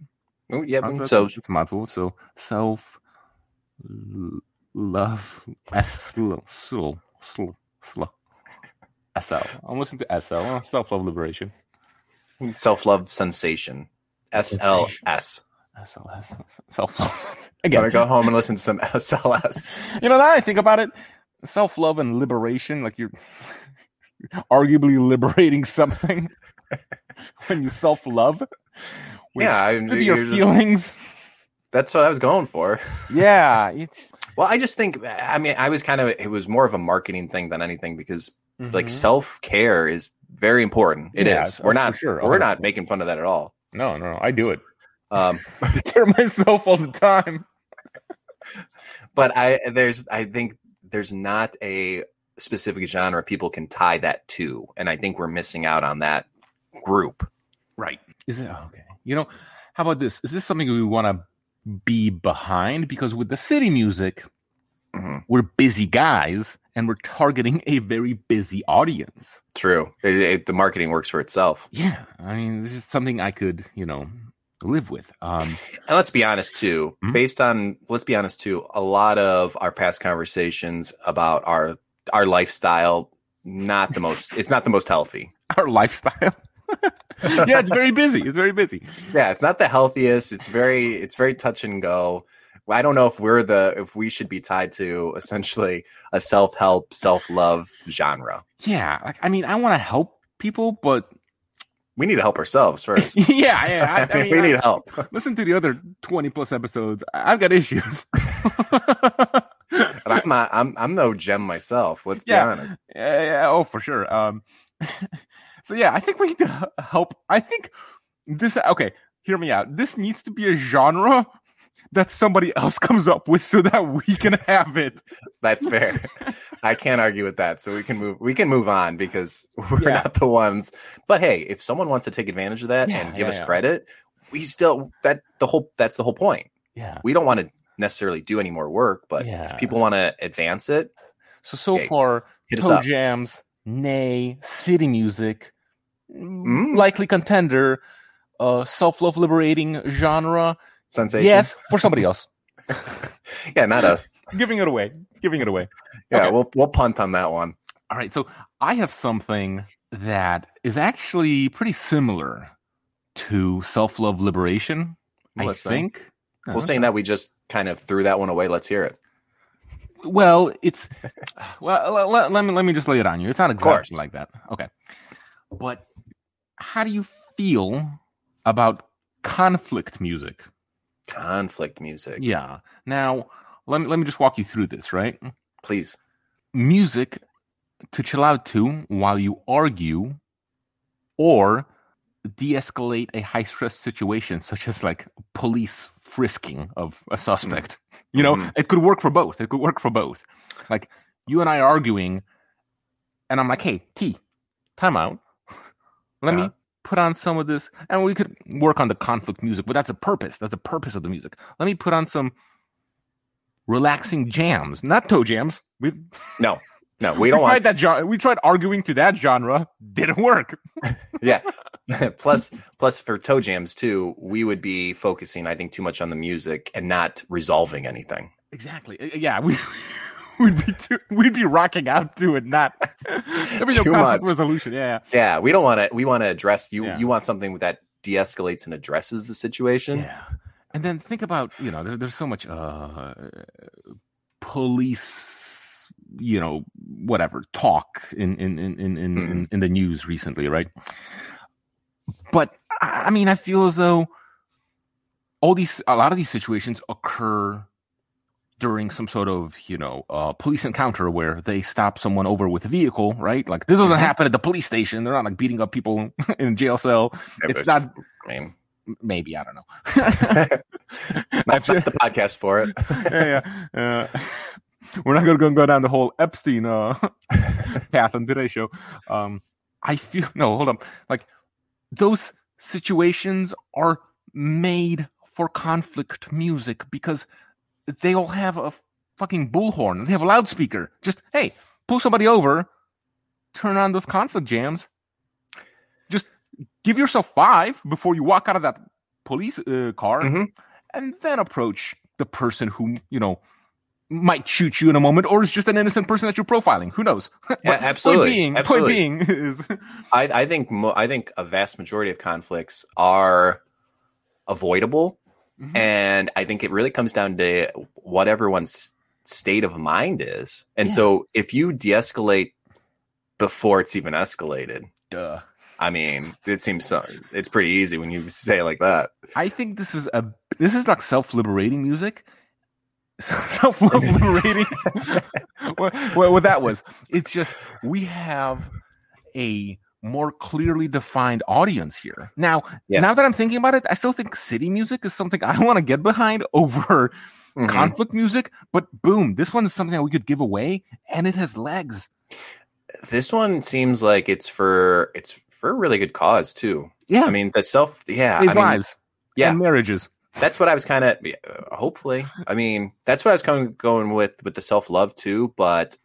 Speaker 4: Oh, yeah.
Speaker 3: That's-
Speaker 4: So
Speaker 3: that's- it's a mouthful. So self l- love S L sl sl sl SL. I'm listening to SL. Self love liberation.
Speaker 4: self love sensation. SLS.
Speaker 3: SLS. Self love.
Speaker 4: I'm gonna
Speaker 3: Again,
Speaker 4: go home and listen to some SLS.
Speaker 3: you know now that I think about it, self love and liberation. Like you're arguably liberating something when you self love.
Speaker 4: yeah, I,
Speaker 3: Maybe
Speaker 4: you're
Speaker 3: your
Speaker 4: just-
Speaker 3: feelings.
Speaker 4: that's what I was going for.
Speaker 3: Yeah, it's
Speaker 4: Well, I just think. I mean, I was kind of. It was more of a marketing thing than anything because
Speaker 3: Mm-hmm.
Speaker 4: like self care is very important. It
Speaker 3: Yeah,
Speaker 4: is.
Speaker 3: oh,
Speaker 4: We're
Speaker 3: for
Speaker 4: not.
Speaker 3: sure.
Speaker 4: We're
Speaker 3: Oh,
Speaker 4: not
Speaker 3: yeah.
Speaker 4: making fun of that at all.
Speaker 3: no, no, no. I do it.
Speaker 4: Um,
Speaker 3: I tear myself all the time.
Speaker 4: but I there's I think there's not a specific genre people can tie that to, and I think we're missing out on that group.
Speaker 3: Right. Is it oh, okay? You know, how about this? Is this something we want to be behind? Because with the city music,
Speaker 4: Mhm.
Speaker 3: we're busy guys and we're targeting a very busy audience.
Speaker 4: True, It- it- the marketing works for itself.
Speaker 3: Yeah, I mean, this is something I could, you know, live with. Um,
Speaker 4: And let's be honest too.
Speaker 3: Mhm.
Speaker 4: Based on let's be honest too, a lot of our past conversations about our our lifestyle not the most. it's not the most healthy.
Speaker 3: our lifestyle. yeah, it's very busy. It's very busy.
Speaker 4: Yeah, it's not the healthiest. It's very it's very touch and go. I don't know if we're the if we should be tied to essentially a self help self love genre.
Speaker 3: Yeah, like I mean, I want to help people, but
Speaker 4: We need to help ourselves first.
Speaker 3: yeah, yeah, I, I mean,
Speaker 4: we
Speaker 3: I-
Speaker 4: need help.
Speaker 3: Listen to the other 20 plus episodes. I- I've got issues.
Speaker 4: But I'm, not, I'm I'm no gem myself. Let's
Speaker 3: Yeah.
Speaker 4: be honest.
Speaker 3: Yeah, yeah, oh, for sure. Um, so yeah, I think we need to help. I think this. Okay, hear me out. This needs to be a genre that somebody else comes up with so that we can have it.
Speaker 4: That's fair. I can't argue with that. So we can move we can move on because we're
Speaker 3: Yeah.
Speaker 4: not the ones. But hey, if someone wants to take advantage of that
Speaker 3: Yeah,
Speaker 4: and give
Speaker 3: yeah,
Speaker 4: us
Speaker 3: yeah.
Speaker 4: credit, we still that the whole that's the whole point.
Speaker 3: Yeah.
Speaker 4: We don't want to necessarily do any more work, but
Speaker 3: Yeah.
Speaker 4: if people want to advance it,
Speaker 3: So so
Speaker 4: Okay,
Speaker 3: far,
Speaker 4: hit us
Speaker 3: toe
Speaker 4: up.
Speaker 3: jams, nay, city music,
Speaker 4: Mm.
Speaker 3: likely contender, uh, self love liberating genre.
Speaker 4: Sensation.
Speaker 3: Yes, for somebody else.
Speaker 4: Yeah, not us.
Speaker 3: giving it away. Giving it away.
Speaker 4: Yeah,
Speaker 3: Okay.
Speaker 4: we'll we'll punt on that one.
Speaker 3: All right, so I have something that is actually pretty similar to self-love liberation. I
Speaker 4: Listening.
Speaker 3: think.
Speaker 4: Well, saying that we just kind of threw that one away. Let's hear it.
Speaker 3: Well, it's well. Let, let, let me let me just lay it on you. It's not
Speaker 4: course.
Speaker 3: exactly like that. Okay, but how do you feel about conflict music?
Speaker 4: Conflict music.
Speaker 3: Yeah. Now, let me let me just walk you through this. Right.
Speaker 4: Please.
Speaker 3: music to chill out to while you argue or de-escalate a high stress situation such as like police frisking of a suspect you know
Speaker 4: Mhm.
Speaker 3: it could work for both it could work for both like you and i are arguing and i'm like hey t time out let me
Speaker 4: Uh-huh.
Speaker 3: put on some of this and we could work on the conflict music but that's a purpose that's a purpose of the music let me put on some relaxing jams not toe jams we
Speaker 4: No. No, we don't
Speaker 3: tried
Speaker 4: want
Speaker 3: that genre. We tried arguing to that genre. Didn't work.
Speaker 4: Yeah. plus plus for toe jams too, we would be focusing I think too much on the music and not resolving anything.
Speaker 3: Exactly. Uh, Yeah, we we'd be too, we'd be rocking out to it, not there be no
Speaker 4: Too
Speaker 3: conflict
Speaker 4: much.
Speaker 3: resolution. Yeah,
Speaker 4: Yeah, we don't want to we want to address you
Speaker 3: Yeah.
Speaker 4: you want something that de-escalates and addresses the situation.
Speaker 3: yeah. And then think about you know there, there's so much uh, police you know whatever talk in in in in in, in, in the news recently, right? But I I mean, I feel as though all these a lot of these situations occur during some sort of you know uh, police encounter where they stop someone over with a vehicle, right? Like this doesn't happen at the police station. They're not like beating up people in a jail cell.
Speaker 4: It
Speaker 3: It's
Speaker 4: was-
Speaker 3: not
Speaker 4: I mean,
Speaker 3: maybe I don't know. I'm
Speaker 4: not,
Speaker 3: sure-
Speaker 4: not the podcast for it.
Speaker 3: yeah, yeah. Uh, we're not going to go down the whole Epstein uh, path on today's show. Um, I feel no. Hold on. Like those situations are made for conflict music because they all have a fucking bullhorn. They have a loudspeaker. Just hey, pull somebody over, turn on those conflict jams. Just give yourself five before you walk out of that police uh, car
Speaker 4: Mhm.
Speaker 3: and then approach the person who you know might shoot you in a moment or is just an innocent person that you're profiling who knows But
Speaker 4: Yeah, absolutely,
Speaker 3: point being,
Speaker 4: absolutely.
Speaker 3: point being is
Speaker 4: I, I think mo- I think a vast majority of conflicts are avoidable,
Speaker 3: Mhm.
Speaker 4: and I think it really comes down to what everyone's state of mind is. And
Speaker 3: Yeah.
Speaker 4: so, if you de-escalate before it's even escalated,
Speaker 3: duh
Speaker 4: I mean, it seems so, it's pretty easy when you say it like that.
Speaker 3: i think this is a this is like self-liberating music self-liberating what, what, what that was it's just we have a more clearly defined audience here now
Speaker 4: Yeah.
Speaker 3: now that i'm thinking about it i still think city music is something i want to get behind over Mm-hmm.
Speaker 4: Mm-hmm.
Speaker 3: conflict music, but boom, this one is something that we could give away, and it has legs.
Speaker 4: This one seems like it's for it's for a really good cause too.
Speaker 3: Yeah,
Speaker 4: I mean, the self, yeah,
Speaker 3: it
Speaker 4: I mean,
Speaker 3: drives.
Speaker 4: yeah.
Speaker 3: and marriages.
Speaker 4: that's what I was kind of hopefully. I mean, that's what I was coming going with with the self love too. But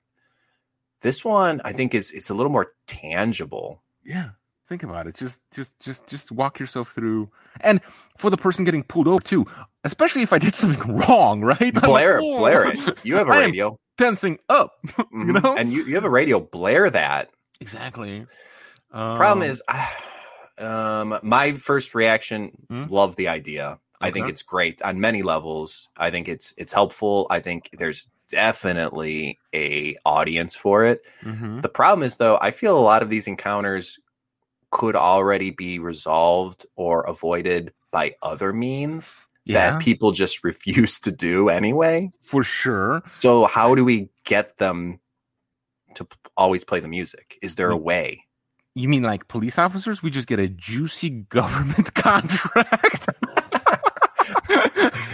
Speaker 4: this one, I think, is it's a little more tangible.
Speaker 3: Yeah, think about it. Just, just, just, just walk yourself through, and for the person getting pulled over too, especially if I did something wrong, right? I'm
Speaker 4: Blare,
Speaker 3: like,
Speaker 4: blare it. You have a
Speaker 3: I am-
Speaker 4: radio,
Speaker 3: tensing up.
Speaker 4: Mhm.
Speaker 3: know?
Speaker 4: and you, you have a radio. Blare that.
Speaker 3: Exactly. Uh-huh.
Speaker 4: Problem is, ah, um, my first reaction,
Speaker 3: Hmm?
Speaker 4: love the idea. I think
Speaker 3: Okay.
Speaker 4: it's great on many levels. I think it's it's helpful. I think there's definitely a audience for it.
Speaker 3: Mhm.
Speaker 4: The problem is, though, I feel a lot of these encounters could already be resolved or avoided by other means
Speaker 3: yeah,
Speaker 4: that people just refuse to do anyway.
Speaker 3: for sure.
Speaker 4: So, how do we get them to p- always play the music? Is there a way?
Speaker 3: You mean like police officers? We just get a juicy government contract.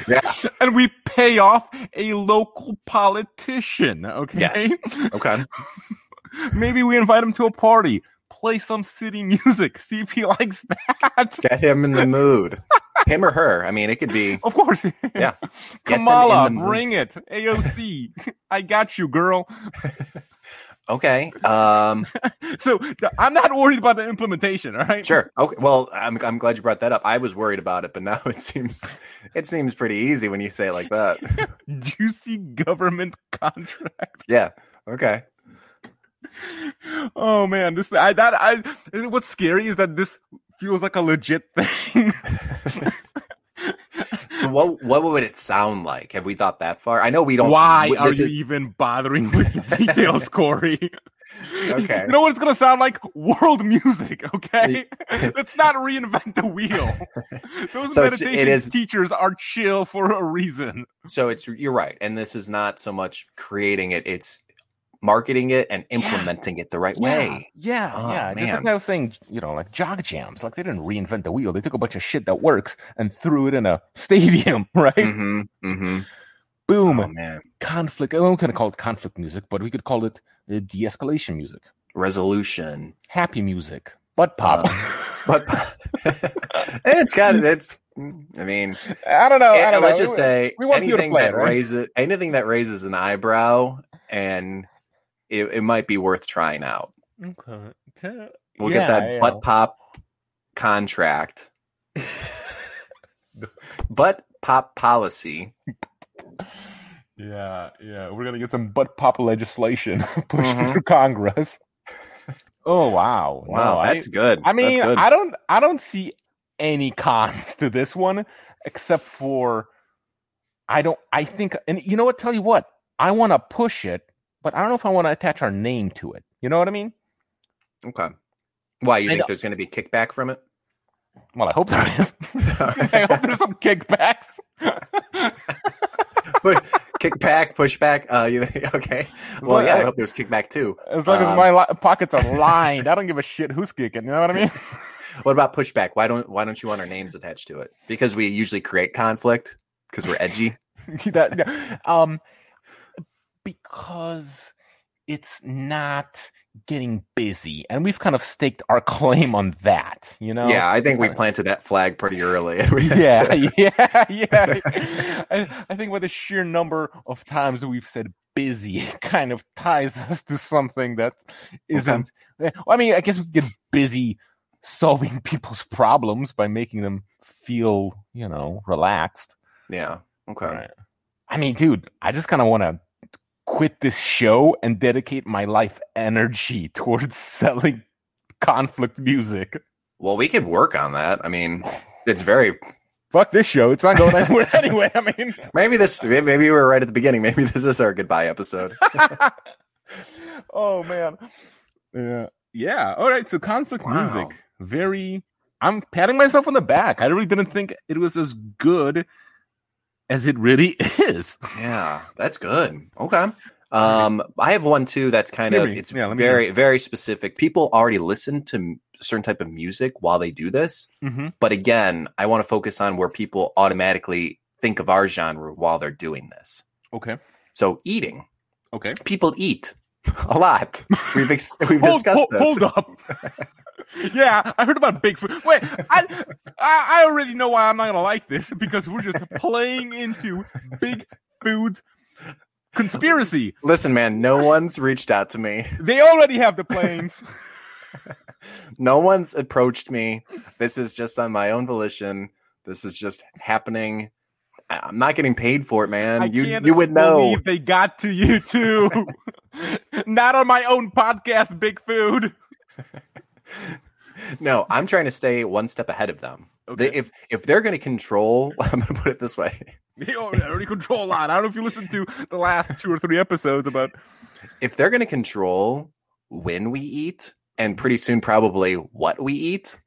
Speaker 4: Yeah.
Speaker 3: And we pay off a local politician. Okay.
Speaker 4: Yes. Okay.
Speaker 3: Maybe we invite him to a party. Play some city music. See if he likes that.
Speaker 4: Get him in the mood. Him or her. I mean, it could be.
Speaker 3: Of course.
Speaker 4: them
Speaker 3: Kamala,
Speaker 4: in the mood.
Speaker 3: bring it. AOC. I got you, girl.
Speaker 4: Okay. Um,
Speaker 3: So th- I'm not worried about the implementation. All right.
Speaker 4: sure. Okay. Well, I'm, I'm glad you brought that up. I was worried about it, but now it seems it seems pretty easy when you say it like that.
Speaker 3: Juicy government contract.
Speaker 4: Yeah. Okay.
Speaker 3: Oh man, this I that I what's scary is that this feels like a legit thing.
Speaker 4: So what what would it sound like? Have we thought that far? I know we don't.
Speaker 3: Why
Speaker 4: w-
Speaker 3: are
Speaker 4: this
Speaker 3: you
Speaker 4: is-
Speaker 3: even bothering with the details, Corey?
Speaker 4: Okay.
Speaker 3: You know what it's gonna sound like? World music, okay? Let's not reinvent the wheel. Those
Speaker 4: So it's- it
Speaker 3: meditation
Speaker 4: is-
Speaker 3: teachers are chill for a reason.
Speaker 4: So it's you're right, and this is not so much creating it; it's marketing it and implementing it the right way.
Speaker 3: Yeah,
Speaker 4: Oh,
Speaker 3: yeah. Just like
Speaker 4: man.
Speaker 3: I was saying, you know, like jog jams. Like they didn't reinvent the wheel. They took a bunch of shit that works and threw it in a stadium, right?
Speaker 4: Mm-hmm. Mm-hmm.
Speaker 3: Boom.
Speaker 4: Oh man,
Speaker 3: conflict. I'm not going to call it conflict music, but we could call it uh, de-escalation music,
Speaker 4: resolution,
Speaker 3: happy music, butt pop.
Speaker 4: but uh, it's got it's. I mean,
Speaker 3: I don't know.
Speaker 4: it-
Speaker 3: I don't
Speaker 4: let's
Speaker 3: know.
Speaker 4: just say
Speaker 3: we want you to
Speaker 4: anything
Speaker 3: play
Speaker 4: that
Speaker 3: it, right?
Speaker 4: raises anything that raises an eyebrow, and it, it might be worth trying out.
Speaker 3: Okay. okay.
Speaker 4: We'll
Speaker 3: Yeah,
Speaker 4: get that
Speaker 3: yeah.
Speaker 4: butt pop contract. butt pop policy.
Speaker 3: Yeah, yeah. We're gonna get some butt pop legislation pushed
Speaker 4: Mhm.
Speaker 3: through Congress. Oh wow!
Speaker 4: Wow,
Speaker 3: No, I-
Speaker 4: that's good.
Speaker 3: I mean,
Speaker 4: that's good.
Speaker 3: I don't, I don't see any cons to this one, except for I don't. I think, and you know what? Tell you what, I want to push it but I don't know if I want to attach our name to it. You know what I mean?
Speaker 4: Okay. Why
Speaker 3: I
Speaker 4: you think
Speaker 3: know-
Speaker 4: there's going to be kickback from it?
Speaker 3: Well, I hope there is. I hope there's some kickbacks.
Speaker 4: But kickback, pushback. Uh, you, okay. Well,
Speaker 3: Well,
Speaker 4: yeah. I
Speaker 3: I-
Speaker 4: hope there's kickback too.
Speaker 3: As long as
Speaker 4: Um,
Speaker 3: my li- pockets are lined, I don't give a shit who's kicking. You know what I mean?
Speaker 4: What about pushback? Why don't Why don't you want our names attached to it? Because we usually create conflict because we're edgy.
Speaker 3: that, yeah. um, because it's not getting busy, and we've kind of staked our claim on that. You know?
Speaker 4: yeah, I think we planted that flag pretty early. We had
Speaker 3: yeah,
Speaker 4: to-
Speaker 3: yeah, yeah. I, I think by the sheer number of times that we've said busy, it kind of ties us to something that isn't. eh, Well, I mean, I guess we get busy solving people's problems by making them feel, you know, relaxed.
Speaker 4: yeah. Okay.
Speaker 3: Right. I mean, dude, I just kind of want to quit this show and dedicate my life energy towards selling conflict music.
Speaker 4: Well, we could work on that. I mean, it's very
Speaker 3: Fuck this show. It's not going anywhere anyway. I mean,
Speaker 4: maybe this maybe we were right at the beginning. Maybe this is our goodbye episode.
Speaker 3: oh man. Yeah. Yeah. All right. So conflict
Speaker 4: Wow.
Speaker 3: music. Very I'm patting myself on the back. I really didn't think it was as good as it really is.
Speaker 4: Yeah, that's good. Okay. Um, I have one too. That's kind
Speaker 3: Give
Speaker 4: of
Speaker 3: me-
Speaker 4: it's
Speaker 3: yeah, let me
Speaker 4: very very specific. People already listen to m- certain type of music while they do this,
Speaker 3: Mm-hmm.
Speaker 4: but again, I want to focus on where people automatically think of our genre while they're doing this.
Speaker 3: Okay.
Speaker 4: So eating,
Speaker 3: Okay.
Speaker 4: people eat a lot. We've ex- we've
Speaker 3: Hold,
Speaker 4: discussed
Speaker 3: hold,
Speaker 4: this.
Speaker 3: hold up. yeah, I heard about Bigfoot. Wait, I, I I already know why I'm not gonna like this because we're just playing into big foods conspiracy.
Speaker 4: Listen, man, no one's reached out to me.
Speaker 3: They already have the planes.
Speaker 4: No one's approached me. This is just on my own volition. This is just happening. I- I'm not getting paid for it, man.
Speaker 3: I
Speaker 4: you
Speaker 3: can't
Speaker 4: you would know.
Speaker 3: believe they got to you too. Not on my own podcast, Big Food.
Speaker 4: No, I'm trying to stay one step ahead of them. They, if if they're going to control, I'm going to put it this way.
Speaker 3: They already control a lot. I don't know if you listened to the last two or three episodes about.
Speaker 4: If they're going to control when we eat and pretty soon probably what we eat,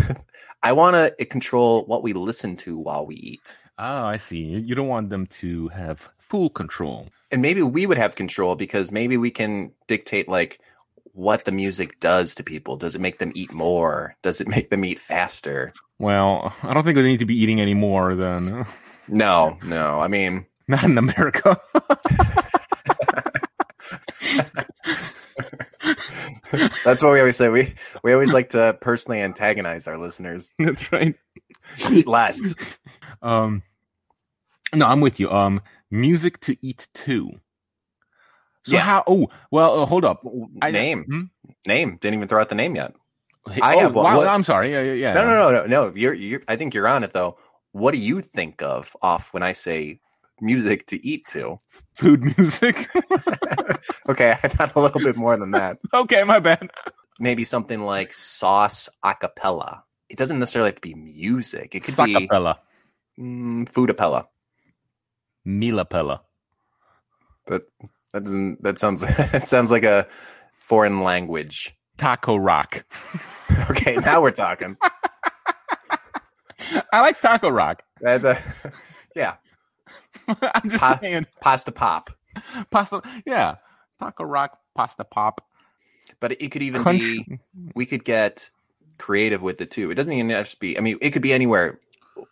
Speaker 4: I want to control what we listen to while we eat.
Speaker 3: Oh, I see. You you don't want them to have full control.
Speaker 4: and maybe we would have control because maybe we can dictate like what the music does to people. Does it make them eat more? Does it make them eat faster?
Speaker 3: Well, I don't think they need to be eating any more than
Speaker 4: No, no. I mean,
Speaker 3: not in America.
Speaker 4: that's what we always say. We we always like to personally antagonize our listeners.
Speaker 3: That's right.
Speaker 4: Eat less.
Speaker 3: Um, no, I'm with you. Um, music to eat too. So
Speaker 4: Yeah.
Speaker 3: how? Oh, well, uh, hold up. I-
Speaker 4: name,
Speaker 3: Hmm?
Speaker 4: name. Didn't even throw out the name yet. I
Speaker 3: oh,
Speaker 4: have one-
Speaker 3: wow,
Speaker 4: what-
Speaker 3: I'm sorry. Yeah, yeah, yeah.
Speaker 4: No, no, no, no, no. You're, you're. I think you're on it though. What do you think of off when I say music to eat to?
Speaker 3: Food music.
Speaker 4: Okay, I thought a little bit more than that.
Speaker 3: okay, my bad.
Speaker 4: maybe something like sauce a cappella. It doesn't necessarily have to be music. It could be
Speaker 3: Sacapella,
Speaker 4: mm, food appella.
Speaker 3: Milapella.
Speaker 4: That doesn't. That sounds. that sounds like a foreign language.
Speaker 3: Taco Rock.
Speaker 4: Okay, now we're talking.
Speaker 3: I like Taco Rock.
Speaker 4: That- uh, that- yeah,
Speaker 3: I'm just
Speaker 4: Pa-
Speaker 3: saying.
Speaker 4: pasta pop.
Speaker 3: Pasta. Yeah. Taco Rock, pasta pop.
Speaker 4: But it could even
Speaker 3: Crunch.
Speaker 4: be. We could get creative with it too. It doesn't even have to be. I mean, it could be anywhere.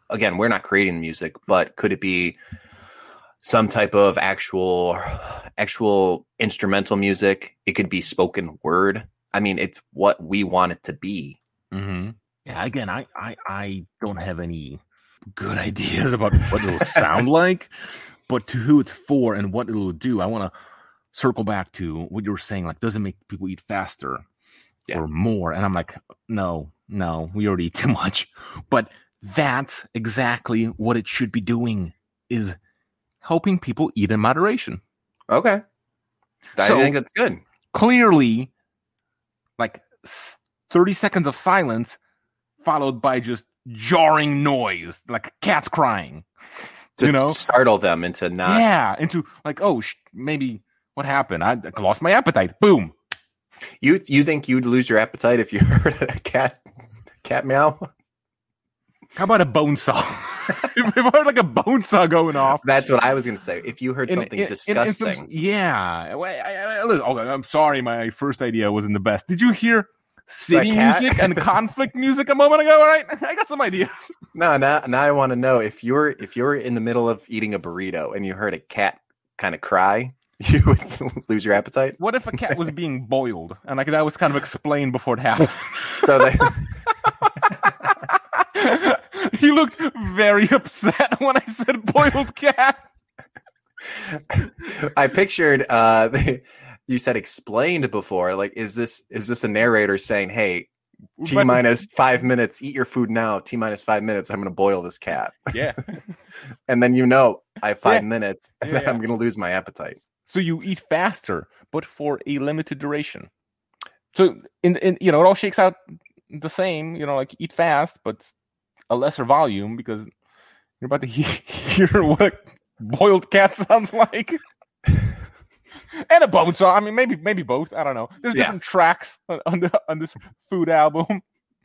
Speaker 4: Again, we're not creating music, but could it be some type of actual actual instrumental music? It could be spoken word. I mean, it's what we want it to be.
Speaker 3: Mm-hmm. Yeah, again, I, I, I don't have any good ideas about what it'll sound like, but to who it's for and what it'll do, I want to circle back to what you were saying. Like, does it make people eat faster
Speaker 4: Yeah.
Speaker 3: or more? And I'm like, no, no, we already eat too much. But that's exactly what it should be doing is helping people eat in moderation.
Speaker 4: Okay. I
Speaker 3: So-
Speaker 4: think that's good.
Speaker 3: Clearly, like s- 30 seconds of silence followed by just jarring noise, like cats crying.
Speaker 4: To
Speaker 3: You know?
Speaker 4: startle them into not
Speaker 3: yeah, into like, oh, sh- maybe What happened? I I lost my appetite. Boom.
Speaker 4: You you think you'd lose your appetite if you heard a cat cat meow?
Speaker 3: How about a bone saw? if I heard like a bone saw going off.
Speaker 4: That's what I was gonna say. If you heard
Speaker 3: in-
Speaker 4: something
Speaker 3: in- in- in some-
Speaker 4: disgusting,
Speaker 3: yeah. Well, I, I- I- listen, oh, I'm sorry. My first idea wasn't the best. Did you hear city
Speaker 4: cat?
Speaker 3: music and conflict music a moment ago? All right. I got some ideas.
Speaker 4: no, now now I want to know if you're if you're in the middle of eating a burrito and you heard a cat kind of cry, you would lose your appetite.
Speaker 3: What if a cat was being boiled and I could, that was kind of explained before it happened?
Speaker 4: So they,
Speaker 3: he looked very upset when I said boiled cat.
Speaker 4: I pictured uh, you said explained before. Like, is this is this a narrator saying, "Hey, t
Speaker 3: But-
Speaker 4: minus five minutes, eat your food now. T minus five minutes, I'm going to boil this cat,"
Speaker 3: Yeah.
Speaker 4: and then you know I have five
Speaker 3: Yeah.
Speaker 4: minutes, and
Speaker 3: Yeah,
Speaker 4: then I'm going to lose my appetite.
Speaker 3: so you eat faster but for a limited duration so in, in you know it all shakes out the same you know like eat fast but a lesser volume because you're about to he- hear what a boiled cat sounds like and a bone saw i mean maybe maybe both i don't know there's
Speaker 4: Yeah.
Speaker 3: different tracks on, on, the, on this food album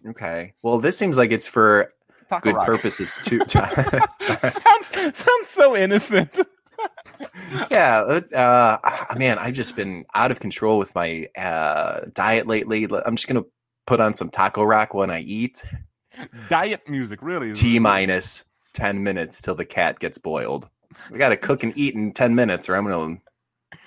Speaker 4: Okay. Well, this seems like it's for
Speaker 3: Taco
Speaker 4: good
Speaker 3: Rock.
Speaker 4: purposes too.
Speaker 3: sounds sounds so innocent
Speaker 4: yeah. Uh, ah, man, I've just been out of control with my uh, diet lately. I'm just going to put on some Taco Rock when I eat.
Speaker 3: diet music really is-
Speaker 4: T minus 10 minutes till the cat gets boiled. We got to cook and eat in 10 minutes or I'm going to,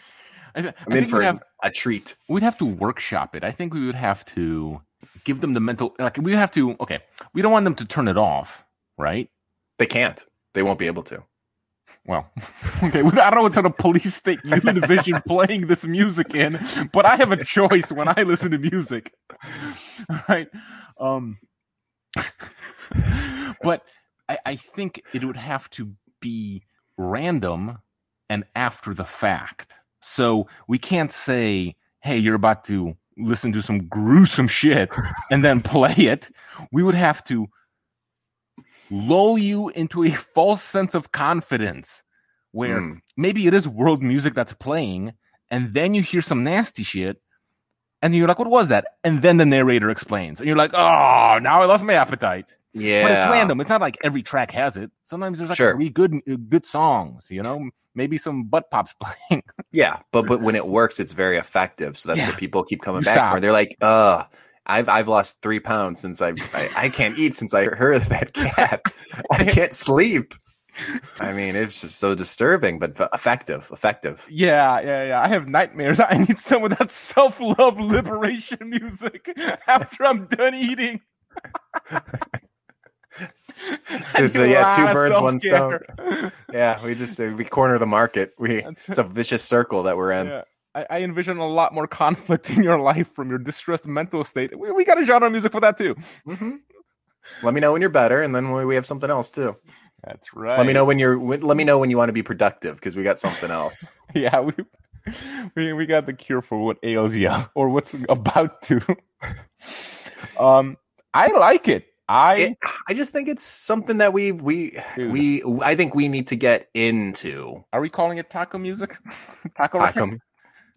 Speaker 3: I, th- I
Speaker 4: I'm in
Speaker 3: think we
Speaker 4: for
Speaker 3: have-
Speaker 4: a treat.
Speaker 3: we'd have to workshop it. I think we would have to give them the mental like we have to okay. We don't want them to turn it off, right?
Speaker 4: They can't. They won't be able to.
Speaker 3: Well, okay. I don't know what sort of police state you envision playing this music in, but I have a choice when I listen to music. All right. Um, but I, I think it would have to be random and after the fact. So we can't say, hey, you're about to listen to some gruesome shit and then play it. We would have to lull you into a false sense of confidence where
Speaker 4: Mm.
Speaker 3: maybe it is world music that's playing, and then you hear some nasty shit, and you're like, "What was that?" And then the narrator explains, and you're like, "Oh, now I lost my appetite."
Speaker 4: Yeah.
Speaker 3: But it's random. It's not like every track has it. Sometimes there's like
Speaker 4: Sure.
Speaker 3: three good uh, good songs, you know. Maybe some butt pops playing.
Speaker 4: Yeah, but but when it works, it's very effective. So that's
Speaker 3: Yeah.
Speaker 4: what people keep coming
Speaker 3: You
Speaker 4: back
Speaker 3: stop.
Speaker 4: for. They're like, uh, I've I've lost three pounds since I I, I can't eat since I heard of that cat. I can't sleep. I mean, it's just so disturbing, but f- effective, effective.
Speaker 3: yeah, yeah, yeah. I have nightmares. I need some of that self love liberation music after I'm done eating. I
Speaker 4: Dude, so
Speaker 3: need a
Speaker 4: yeah, two
Speaker 3: lot of
Speaker 4: birds, one
Speaker 3: self-care.
Speaker 4: Yeah, we just uh, we corner the market. We it's a vicious circle that we're in.
Speaker 3: Yeah. I, I envision a lot more conflict in your life from your distressed mental state. We, we got a genre of music for that too.
Speaker 4: Mhm. Let me know when you're better, and then we- we have something else too.
Speaker 3: That's right.
Speaker 4: Let me know when you're. When, let me know when you want to be productive because we got something else.
Speaker 3: Yeah, we, we we got the cure for what ails you or what's about to. um, I like it. I
Speaker 4: It- I just think it's something that we we
Speaker 3: Dude.
Speaker 4: we I think we need to get into.
Speaker 3: are we calling it taco music? taco
Speaker 4: How
Speaker 3: rock?
Speaker 4: come?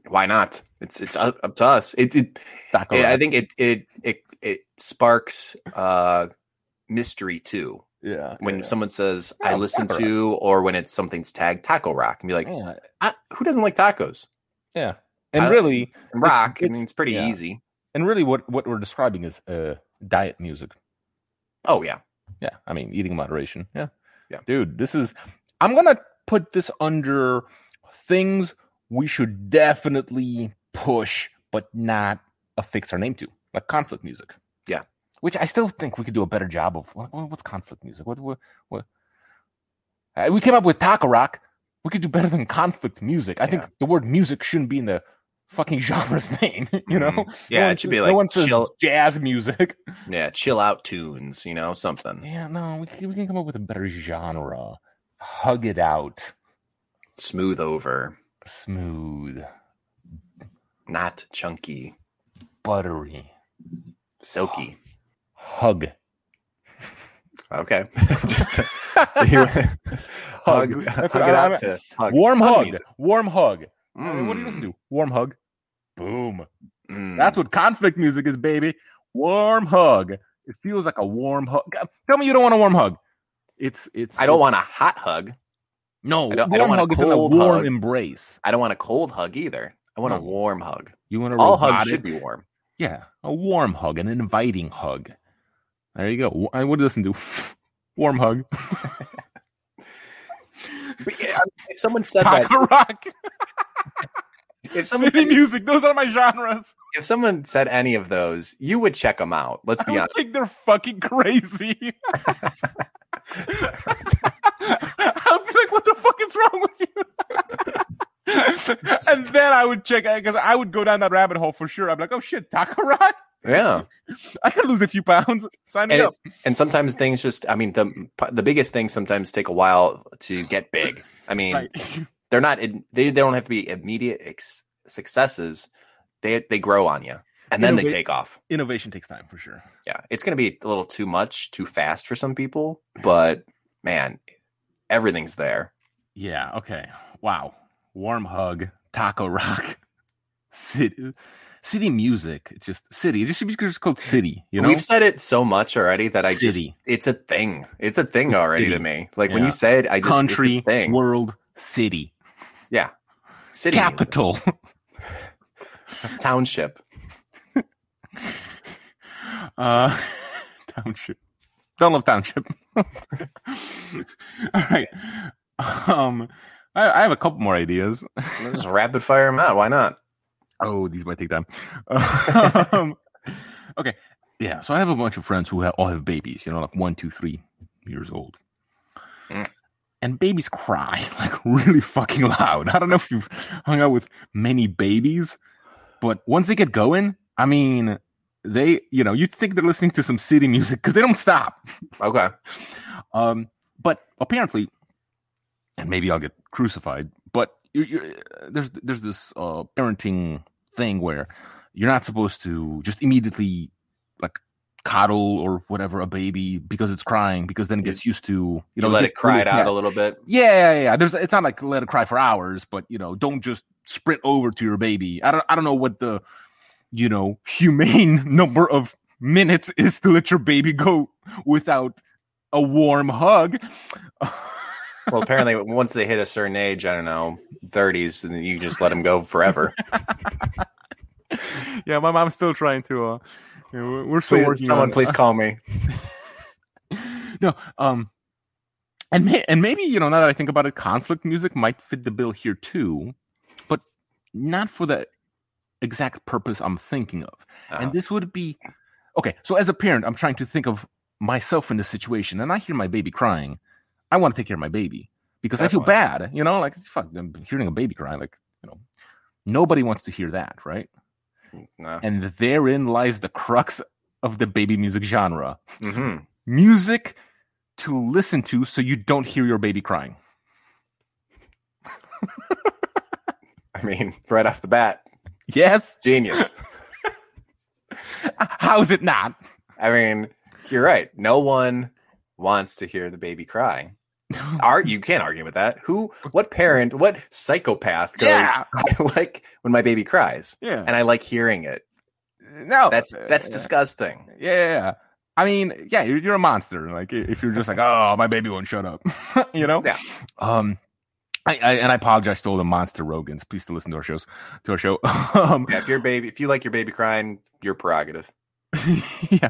Speaker 4: Why not? It's it's up, up to us. It, it,
Speaker 3: Taco
Speaker 4: it- I
Speaker 3: rock.
Speaker 4: think it it it it sparks uh mystery too
Speaker 3: yeah.
Speaker 4: when
Speaker 3: yeah.
Speaker 4: someone says
Speaker 3: Yeah,
Speaker 4: I listen
Speaker 3: Taco
Speaker 4: to or when it's something's tagged Taco Rock and be like
Speaker 3: yeah,
Speaker 4: "Ah, who doesn't like tacos
Speaker 3: yeah. And
Speaker 4: I-
Speaker 3: really,
Speaker 4: rock I
Speaker 3: it's-
Speaker 4: mean it's pretty
Speaker 3: yeah.
Speaker 4: easy
Speaker 3: and really, what what we're describing is uh diet music.
Speaker 4: oh yeah
Speaker 3: Yeah, I mean, eating in moderation. Yeah,
Speaker 4: Yeah.
Speaker 3: dude, this is. I'm gonna put this under things we should definitely push, but not affix our name to, like conflict music.
Speaker 4: Yeah.
Speaker 3: which I still think we could do a better job of. What, what- what's conflict music? What what what? Uh, we came up with taco rock. We could do better than conflict music. I think
Speaker 4: Yeah.
Speaker 3: the word music shouldn't be in the fucking genre's name. You know?
Speaker 4: Mhm. yeah
Speaker 3: one
Speaker 4: it
Speaker 3: says-
Speaker 4: should be
Speaker 3: no
Speaker 4: like
Speaker 3: one says
Speaker 4: chill
Speaker 3: jazz music.
Speaker 4: yeah chill out tunes you know something
Speaker 3: Yeah, no, we can, we can come up with a better genre. Hug it out,
Speaker 4: smooth over
Speaker 3: smooth,
Speaker 4: not chunky
Speaker 3: buttery,
Speaker 4: silky
Speaker 3: hug.
Speaker 4: Okay. Just
Speaker 3: hug.
Speaker 4: hug, hug it
Speaker 3: what I'm-
Speaker 4: out to hug.
Speaker 3: Warm
Speaker 4: Hug
Speaker 3: hug,
Speaker 4: music.
Speaker 3: warm hug. I mean, what do you
Speaker 4: Mm,
Speaker 3: listen to? Warm hug. Boom.
Speaker 4: mm.
Speaker 3: That's what conflict music is, baby. Warm hug. It feels like a warm hug. God, Tell me you don't want a warm hug. It's it's.
Speaker 4: I don't want a hot hug.
Speaker 3: No,
Speaker 4: I don't- I
Speaker 3: warm
Speaker 4: don't want a
Speaker 3: hug is in a
Speaker 4: cold
Speaker 3: warm
Speaker 4: hug.
Speaker 3: embrace.
Speaker 4: I don't want a cold hug either. I want a
Speaker 3: No.
Speaker 4: warm hug.
Speaker 3: You want a
Speaker 4: All
Speaker 3: robotic,
Speaker 4: hugs should be warm.
Speaker 3: yeah, a warm hug, an inviting hug. There you go. I would listen to warm hug.
Speaker 4: But yeah, I mean, if someone said that,
Speaker 3: Pop rock,
Speaker 4: if someone,
Speaker 3: city music. Those are my genres.
Speaker 4: if someone said any of those, you would check them out. Let's
Speaker 3: I
Speaker 4: be
Speaker 3: would
Speaker 4: honest.
Speaker 3: think they're fucking crazy. I'd be like, what the fuck is wrong with you? and then I would check because I would go down that rabbit hole for sure. I'm like, oh shit, Taco Rock?
Speaker 4: Yeah.
Speaker 3: I could lose a few pounds. Sign me
Speaker 4: And,
Speaker 3: up.
Speaker 4: it's- and sometimes things just, I mean, the, the biggest things sometimes take a while to get big. I mean,
Speaker 3: Right.
Speaker 4: they're not, they, they don't have to be immediate ex- successes. They, they grow on you and then they
Speaker 3: Innovate-
Speaker 4: take off.
Speaker 3: Innovation takes time for sure.
Speaker 4: yeah, it's going to be a little too much, too fast for some people, but man, everything's there.
Speaker 3: Yeah. Okay. Wow. Warm hug. Taco rock. City. City music. Just city. It just should be just called city. You know.
Speaker 4: We've said it so much already that I
Speaker 3: City.
Speaker 4: just it's a thing. It's a thing already
Speaker 3: city.
Speaker 4: to me. Like when
Speaker 3: Yeah.
Speaker 4: you say it, I just
Speaker 3: Country.
Speaker 4: it's a thing.
Speaker 3: World. City.
Speaker 4: city
Speaker 3: Capital.
Speaker 4: township.
Speaker 3: Uh, township. Don't love township. All right. Um, I, I have a couple more ideas.
Speaker 4: Let's just rapid fire them out. Why not?
Speaker 3: Oh, these might take time. Um, okay. Yeah. So I have a bunch of friends who ha all have babies, you know, like one, two, three years old.
Speaker 4: Mm.
Speaker 3: And babies cry like really fucking loud. I don't know if you've hung out with many babies, but once they get going, I mean, they, you know, you'd think they're listening to some city music because they don't stop.
Speaker 4: Okay.
Speaker 3: Um, but apparently, and maybe I'll get crucified, but you you there's there's this uh, parenting thing where you're not supposed to just immediately like coddle or whatever a baby because it's crying because then it gets used to you
Speaker 4: You
Speaker 3: know
Speaker 4: let
Speaker 3: gets-
Speaker 4: it cry it
Speaker 3: yeah.
Speaker 4: out a little bit.
Speaker 3: Yeah, yeah, yeah. There's it's not like let it cry for hours, but you know, don't just sprint over to your baby. I don't I don't know what the you know humane number of minutes is to let your baby go without a warm hug.
Speaker 4: Well, apparently once they hit a certain age, I don't know, 30s, and then you just let them go forever.
Speaker 3: yeah, my mom's still trying to. Uh, you know, we're- we're still
Speaker 4: Please,
Speaker 3: working.
Speaker 4: someone
Speaker 3: on,
Speaker 4: please call me.
Speaker 3: no um and may, and maybe you know now that i think about it conflict music might fit the bill here too but not for the exact purpose i'm thinking of
Speaker 4: Uh-huh.
Speaker 3: and this would be okay so as a parent i'm trying to think of myself in this situation and i hear my baby crying i want to take care of my baby because i feel bad you know like it's fuck I'm hearing a baby cry like you know nobody wants to hear that right
Speaker 4: No.
Speaker 3: and therein lies the crux of the baby music genre
Speaker 4: hmm
Speaker 3: music to listen to so you don't hear your baby crying.
Speaker 4: I mean, right off the bat,
Speaker 3: Yes.
Speaker 4: genius.
Speaker 3: How's it not?
Speaker 4: I mean, you're right. No one wants to hear the baby cry. Are you can't argue with that? Who? What parent? What psychopath goes?
Speaker 3: Yeah.
Speaker 4: I like when my baby cries,
Speaker 3: Yeah.
Speaker 4: and I like hearing it.
Speaker 3: No.
Speaker 4: That's that's
Speaker 3: Yeah.
Speaker 4: disgusting.
Speaker 3: Yeah, yeah, yeah. I mean, yeah, you're, you're a monster. Like i- if you're just like, oh, my baby won't shut up, you know.
Speaker 4: Yeah.
Speaker 3: Um, I, I and I apologize to all the monster Rogans. Please to listen to our shows, to our show. um,
Speaker 4: Yeah, if your baby, if you like your baby crying, your prerogative.
Speaker 3: yeah.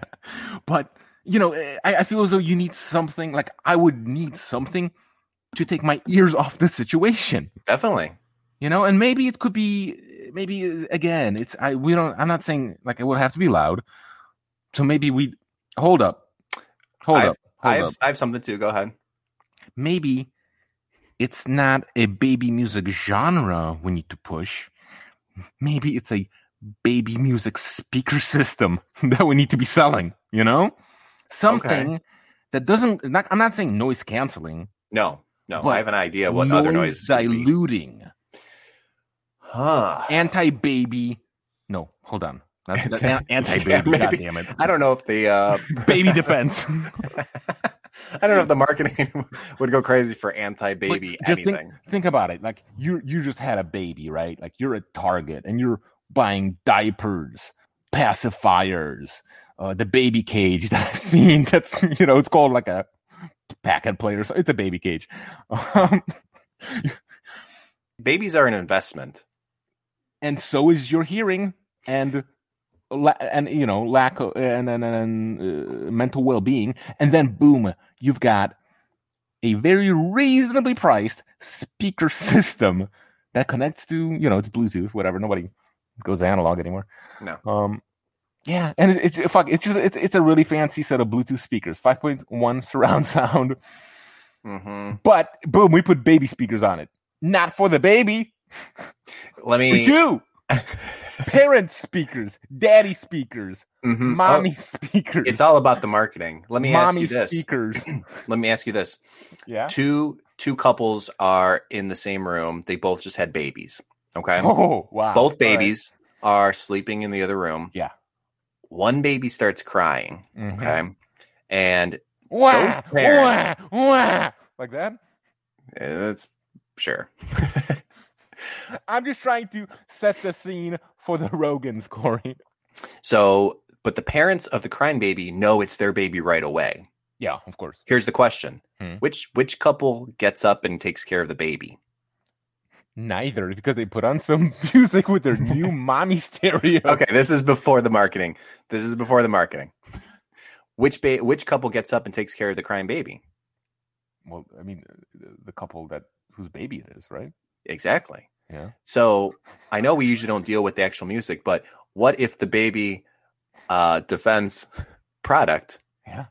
Speaker 3: But you know, I, I feel as though you need something. Like I would need something to take my ears off the situation.
Speaker 4: Definitely.
Speaker 3: you know and maybe it could be maybe uh, again it's i we don't i'm not saying like it would have to be loud so maybe we hold up hold up hold
Speaker 4: I have
Speaker 3: up
Speaker 4: I have something too. Go ahead.
Speaker 3: maybe it's not a baby music genre we need to push maybe it's a baby music speaker system that we need to be selling you know something that doesn't not, i'm not saying noise canceling
Speaker 4: No, no.
Speaker 3: But
Speaker 4: I have an idea what other noise dilute.
Speaker 3: diluting
Speaker 4: Huh.
Speaker 3: anti baby. No, hold on.
Speaker 4: Anti-
Speaker 3: Anti
Speaker 4: Yeah,
Speaker 3: baby.
Speaker 4: maybe.
Speaker 3: God damn it.
Speaker 4: I don't know if the uh,
Speaker 3: Baby defense.
Speaker 4: I don't know if the marketing would go crazy for anti-baby
Speaker 3: But just think-
Speaker 4: anything.
Speaker 3: Think about it. Like you you just had a baby, right? Like you're at Target and you're buying diapers, pacifiers, uh, the baby cage that I've seen. That's you know, it's called like a packet plate or something. It's a baby cage. Um,
Speaker 4: Babies are an investment.
Speaker 3: and so is your hearing and la- and you know lack of, and and, and uh, mental well-being and then boom you've got a very reasonably priced speaker system that connects to you know it's bluetooth whatever nobody goes analog anymore
Speaker 4: No.
Speaker 3: um yeah and it's, it's fuck it's just it's, it's a really fancy set of bluetooth speakers 5.1 surround sound
Speaker 4: hmm
Speaker 3: but boom we put baby speakers on it not for the baby
Speaker 4: Let
Speaker 3: for
Speaker 4: me.
Speaker 3: you parent speakers, daddy speakers,
Speaker 4: Mhm.
Speaker 3: mommy
Speaker 4: Oh,
Speaker 3: speakers.
Speaker 4: it's all about the marketing. Let me
Speaker 3: mommy
Speaker 4: ask you this.
Speaker 3: speakers.
Speaker 4: Let me ask you this.
Speaker 3: yeah.
Speaker 4: Two two couples are in the same room. They both just had babies. Okay.
Speaker 3: Oh wow. All
Speaker 4: both
Speaker 3: right.
Speaker 4: babies are sleeping in the other room.
Speaker 3: Yeah.
Speaker 4: One baby starts crying.
Speaker 3: Mhm.
Speaker 4: Okay. And
Speaker 3: Wah,
Speaker 4: Those parents-
Speaker 3: wah, wah. Like that.
Speaker 4: eh, it's sure.
Speaker 3: I'm just trying to set the scene for the Rogans, Corey.
Speaker 4: So, but the parents of the crying baby know it's their baby right away.
Speaker 3: Yeah, of course.
Speaker 4: Here's the question.
Speaker 3: Hmm.
Speaker 4: Which which couple gets up and takes care of the baby?
Speaker 3: Neither, because they put on some music with their new mommy stereo.
Speaker 4: Okay, this is before the marketing. This is before the marketing. Which ba- which couple gets up and takes care of the crying baby?
Speaker 3: Well, I mean, the- the couple that whose baby it is, right?
Speaker 4: Exactly.
Speaker 3: Yeah.
Speaker 4: So I know we usually don't deal with the actual music, but what if the baby uh, defends product?
Speaker 3: Yeah.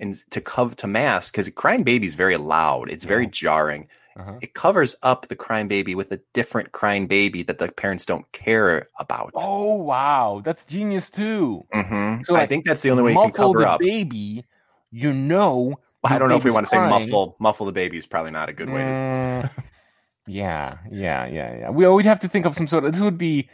Speaker 4: And to cover to mask because crying baby's very loud. It's very
Speaker 3: Yeah.
Speaker 4: jarring.
Speaker 3: Uh-huh.
Speaker 4: It covers up the crying baby with a different crying baby that the parents don't care about.
Speaker 3: Oh wow, that's genius too.
Speaker 4: Mhm.
Speaker 3: So,
Speaker 4: I
Speaker 3: like,
Speaker 4: think that's the only way you can
Speaker 3: muffle
Speaker 4: cover
Speaker 3: the
Speaker 4: up.
Speaker 3: baby, you know.
Speaker 4: I don't know if we
Speaker 3: baby's
Speaker 4: want to say
Speaker 3: crying.
Speaker 4: muffle. Muffle the baby is probably not a good way. to
Speaker 3: Mm, yeah, yeah, yeah, yeah. We would have to think of some sort of. This would be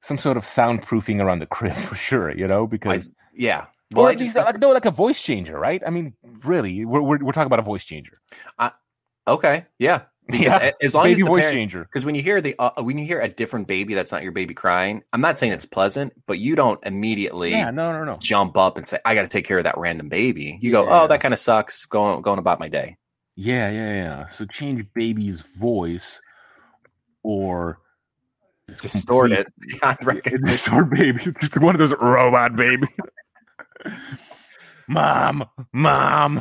Speaker 3: some sort of soundproofing around the crib for sure. You know, because
Speaker 4: Yeah.
Speaker 3: well,
Speaker 4: Well,
Speaker 3: or
Speaker 4: I
Speaker 3: at least
Speaker 4: just
Speaker 3: like, no, like a voice changer, right? I mean, really, we're we're, we're talking about a voice changer.
Speaker 4: okay. Yeah. Because
Speaker 3: Yeah,
Speaker 4: a- as long as
Speaker 3: baby
Speaker 4: the
Speaker 3: voice
Speaker 4: parent-
Speaker 3: changer.
Speaker 4: Because when you hear the uh, when you hear a different baby that's not your baby crying, I'm not saying it's pleasant, but you don't immediately
Speaker 3: Yeah, no, no, no.
Speaker 4: jump up and say, "I got to take care of that random baby." You go,
Speaker 3: Yeah.
Speaker 4: "Oh, that kind of sucks." Going going about my day.
Speaker 3: Yeah, yeah, yeah. So change baby's voice, or
Speaker 4: Distort
Speaker 3: complete-
Speaker 4: it beyond recognition.
Speaker 3: Distort baby. Just one of those robot baby. mom, mom.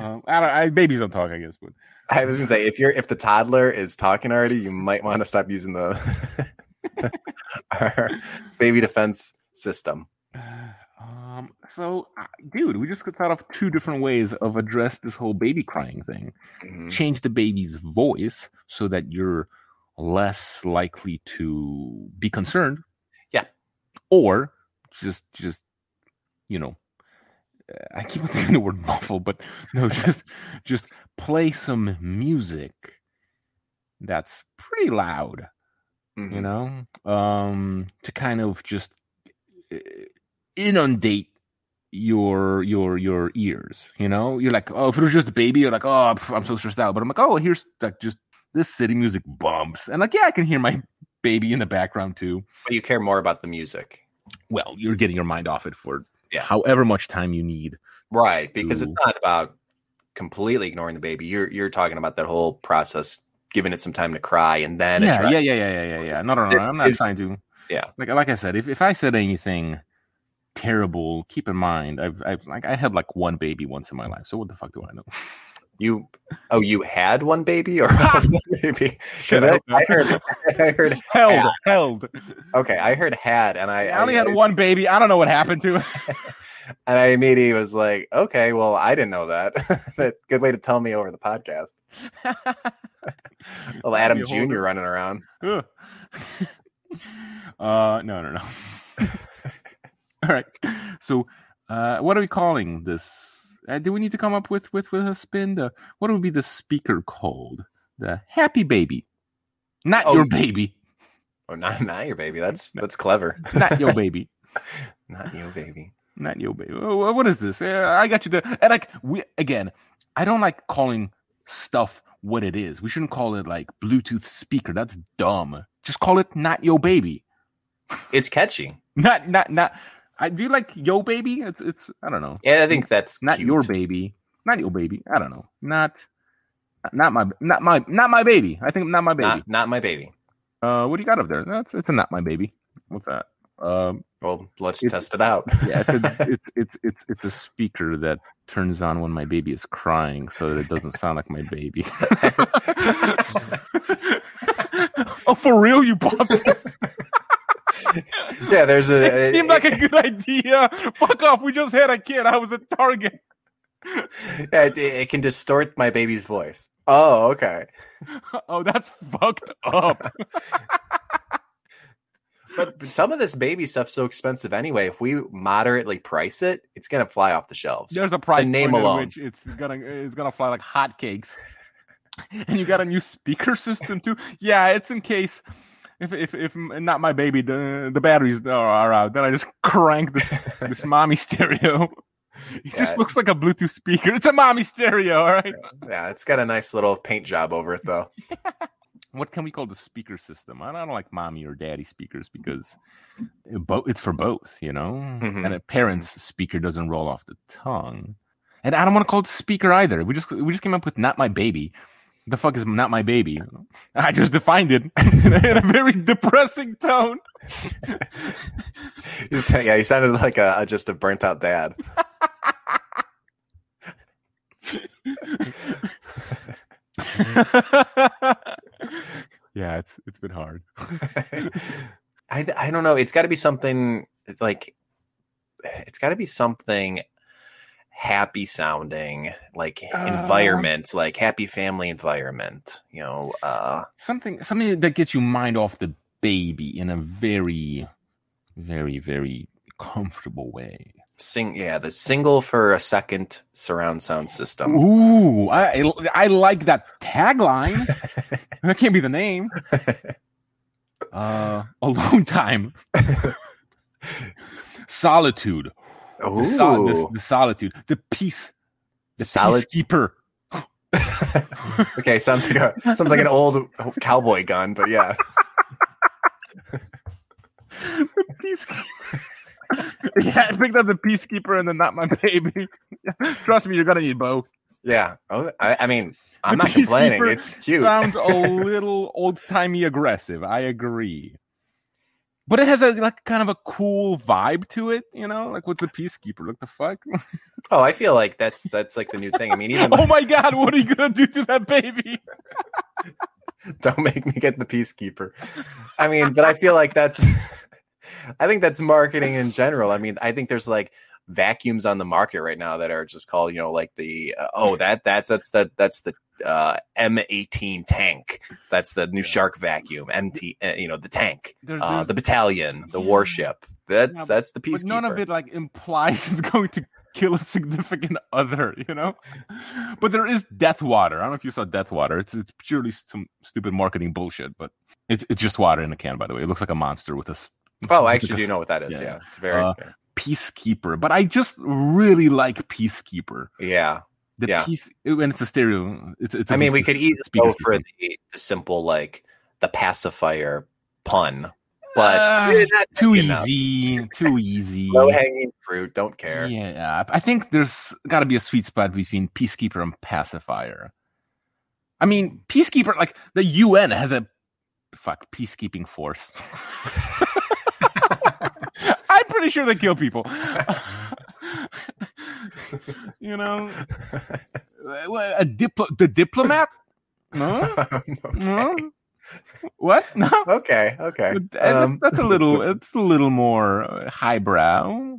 Speaker 3: Um, I don't. I, babies don't talk, I guess. But
Speaker 4: I was gonna say if you're if the toddler is talking already, you might want to stop using the our baby defense system.
Speaker 3: um, so, uh, dude, we just thought of two different ways of address this whole baby crying thing.
Speaker 1: Mm-hmm.
Speaker 4: Mhm.
Speaker 3: Change the baby's voice so that you're less likely to be concerned.
Speaker 4: Yeah.
Speaker 3: Or just, just you know, uh, I keep on thinking the word muffle, but no, just, just play some music that's pretty loud
Speaker 4: Mhm.
Speaker 3: you know um to kind of just uh, inundate your your your ears you know you're like oh if it was just a baby you're like oh pff, i'm so stressed out but i'm like oh here's like just this city music bumps and like yeah i can hear my baby in the background too
Speaker 4: But you care more about the music,
Speaker 3: well you're getting your mind off it for
Speaker 4: Yeah.
Speaker 3: however much time you need
Speaker 4: right? Because it's
Speaker 3: Ooh.
Speaker 4: not about completely ignoring the baby. You're you're talking about that whole process, giving it some time to cry, and then
Speaker 3: yeah,
Speaker 4: attract-
Speaker 3: yeah, yeah, yeah, yeah, yeah, yeah. No, no, no.
Speaker 4: If-
Speaker 3: I'm not
Speaker 4: if-
Speaker 3: trying to.
Speaker 4: Yeah.
Speaker 3: Like, like I said, if, if I said anything terrible, keep in mind, I've, I've like I had like one baby once in my life. So what the fuck do I know?
Speaker 4: You oh, you had one baby or had one baby? Because I,
Speaker 3: Shit,
Speaker 4: I heard, I heard.
Speaker 3: held,
Speaker 4: Yeah.
Speaker 3: held.
Speaker 4: Okay, I heard had, and I,
Speaker 3: I, only had one baby. I don't know what happened to it.
Speaker 4: and I immediately was like, okay, well, I didn't know that. But good way to tell me over the podcast. Little Adam
Speaker 3: Maybe
Speaker 4: Jr.
Speaker 3: hold it.
Speaker 4: running around.
Speaker 3: Ugh. uh, no, no, no. All right. So, uh, what are we calling this? Uh, do we need to come up with with with a spin? The, what would be the speaker called? The happy baby, not
Speaker 4: Oh.
Speaker 3: your baby,
Speaker 4: Or not, not your baby. That's that's clever.
Speaker 3: not your baby.
Speaker 4: Not you, baby.
Speaker 3: not yo baby. Oh, What is this? Yeah, I got you there. And like we again, I don't like calling stuff what it is. We shouldn't call it like Bluetooth speaker. That's dumb. Just call it not yo baby.
Speaker 4: It's catchy.
Speaker 3: Not not not. I do you like yo baby. It's, it's I don't know.
Speaker 4: Yeah, I think that's
Speaker 3: Not
Speaker 4: cute.
Speaker 3: your baby. Not yo baby. I don't know. Not not my not my not my baby. I think not my baby.
Speaker 4: Not, not my baby.
Speaker 3: Uh, what do you got up there? That's it's a not my baby. What's that? Um,
Speaker 4: Well, let's
Speaker 3: It's-
Speaker 4: test it out.
Speaker 3: yeah, it's a, it's it's it's it's a speaker that turns on when my baby is crying, so that it doesn't sound like my baby. oh, for real? You bought this?
Speaker 4: yeah, there's a.
Speaker 3: It seemed like a good idea. Fuck off! We just had a kid. I was a target.
Speaker 4: Yeah, it, it can distort my baby's voice. Oh, okay.
Speaker 3: Oh, that's fucked up.
Speaker 4: But some of this baby stuff's so expensive anyway. If we moderately price it, it's gonna fly off the shelves.
Speaker 3: There's a price
Speaker 4: name
Speaker 3: point at
Speaker 4: alone.
Speaker 3: which it's gonna it's gonna fly like hotcakes. and you got a new speaker system too. Yeah, it's in case if if if m- not my baby the the batteries are- are out, then I just crank this this mommy stereo. It
Speaker 4: Yeah.
Speaker 3: just looks like a Bluetooth speaker. It's a mommy stereo, all right.
Speaker 4: Yeah, it's got a nice little paint job over it though.
Speaker 3: What can we call the speaker system? I don't I don't like mommy or daddy speakers because it bo- it's for both, you know.
Speaker 4: Mhm.
Speaker 3: And a parent's speaker doesn't roll off the tongue. And I don't want to call it speaker either. We just we just came up with not my baby. The fuck is not my baby? I just defined it in a very depressing tone.
Speaker 4: You sa- yeah, you sounded like a, a- just a burnt out dad.
Speaker 3: yeah, it's it's been hard.
Speaker 4: I I don't know. It's got to be something like it's got to be something happy sounding, like
Speaker 3: Uh.
Speaker 4: environment, like happy family environment. You know, uh,
Speaker 3: Something something that gets you mind off the baby in a very, very, very comfortable way.
Speaker 4: sing. Yeah, the single for a second surround sound system.
Speaker 3: Ooh, I I- I like that tagline. that can't be the name. Uh, alone time, solitude, the, sol- the,
Speaker 4: Ooh.
Speaker 3: the solitude, the peace, the
Speaker 4: Solid-
Speaker 3: peacekeeper.
Speaker 4: okay, sounds like a sounds like an old cowboy gun, but yeah,
Speaker 3: the peacekeeper. yeah, I picked up the peacekeeper and the not my baby. Trust me, you're gonna need both.
Speaker 4: yeah. Oh, I, I mean, I'm
Speaker 3: The
Speaker 4: not complaining.
Speaker 3: peacekeeper
Speaker 4: It's cute.
Speaker 3: Sounds a little old timey aggressive. I agree. But it has a like kind of a cool vibe to it, you know? Like what's a peacekeeper? Like the fuck?
Speaker 4: Oh, I feel like that's that's like the new thing. I mean, even
Speaker 3: oh my god, what are you gonna do to that baby?
Speaker 4: don't make me get the peacekeeper. I mean, but I feel like that's I think that's marketing in general. I mean, I think there's like vacuums on the market right now that are just called, you know, like the uh, oh, that that's that's that that's the uh M18 tank. That's the new shark vacuum, MT, uh, you know, the tank.
Speaker 3: There's,
Speaker 4: Uh
Speaker 3: there's-
Speaker 4: the battalion,
Speaker 3: Mm-hmm.
Speaker 4: the
Speaker 3: Yeah.
Speaker 4: warship. That's
Speaker 3: Yeah,
Speaker 4: that's the
Speaker 3: but
Speaker 4: peacekeeper.
Speaker 3: none of it like implies it's going to kill a significant other, you know? But there is Death Water. I don't know if you saw Death Water. It's it's purely some stupid marketing bullshit, but it's it's just water in a can, by the way. It looks like a monster with a s-
Speaker 4: Oh, I actually
Speaker 3: because-
Speaker 4: do know what that is.
Speaker 3: Yeah.
Speaker 4: Yeah, it's very
Speaker 3: Uh, peacekeeper. But I just really like peacekeeper.
Speaker 4: yeah.
Speaker 3: The
Speaker 4: Yeah.
Speaker 3: peace when it's a stereo. It's, it's a
Speaker 4: I mean, we could easily
Speaker 3: speaker
Speaker 4: go for
Speaker 3: system.
Speaker 4: the, the simple like the pacifier pun, but
Speaker 3: Uh,
Speaker 4: Eh, that-
Speaker 3: too
Speaker 4: you know,
Speaker 3: easy, too easy.
Speaker 4: low hanging fruit. Don't care.
Speaker 3: Mm. Yeah, I think there's got to be a sweet spot between peacekeeper and pacifier. I mean, peacekeeper like the UN has a fuck peacekeeping force. I'm pretty sure they kill people. you know, a diplo- the diplomat? No, no. What? No.
Speaker 4: okay, okay.
Speaker 3: But that- that's-
Speaker 4: Um,
Speaker 3: that's a little. It's a little more uh, highbrow.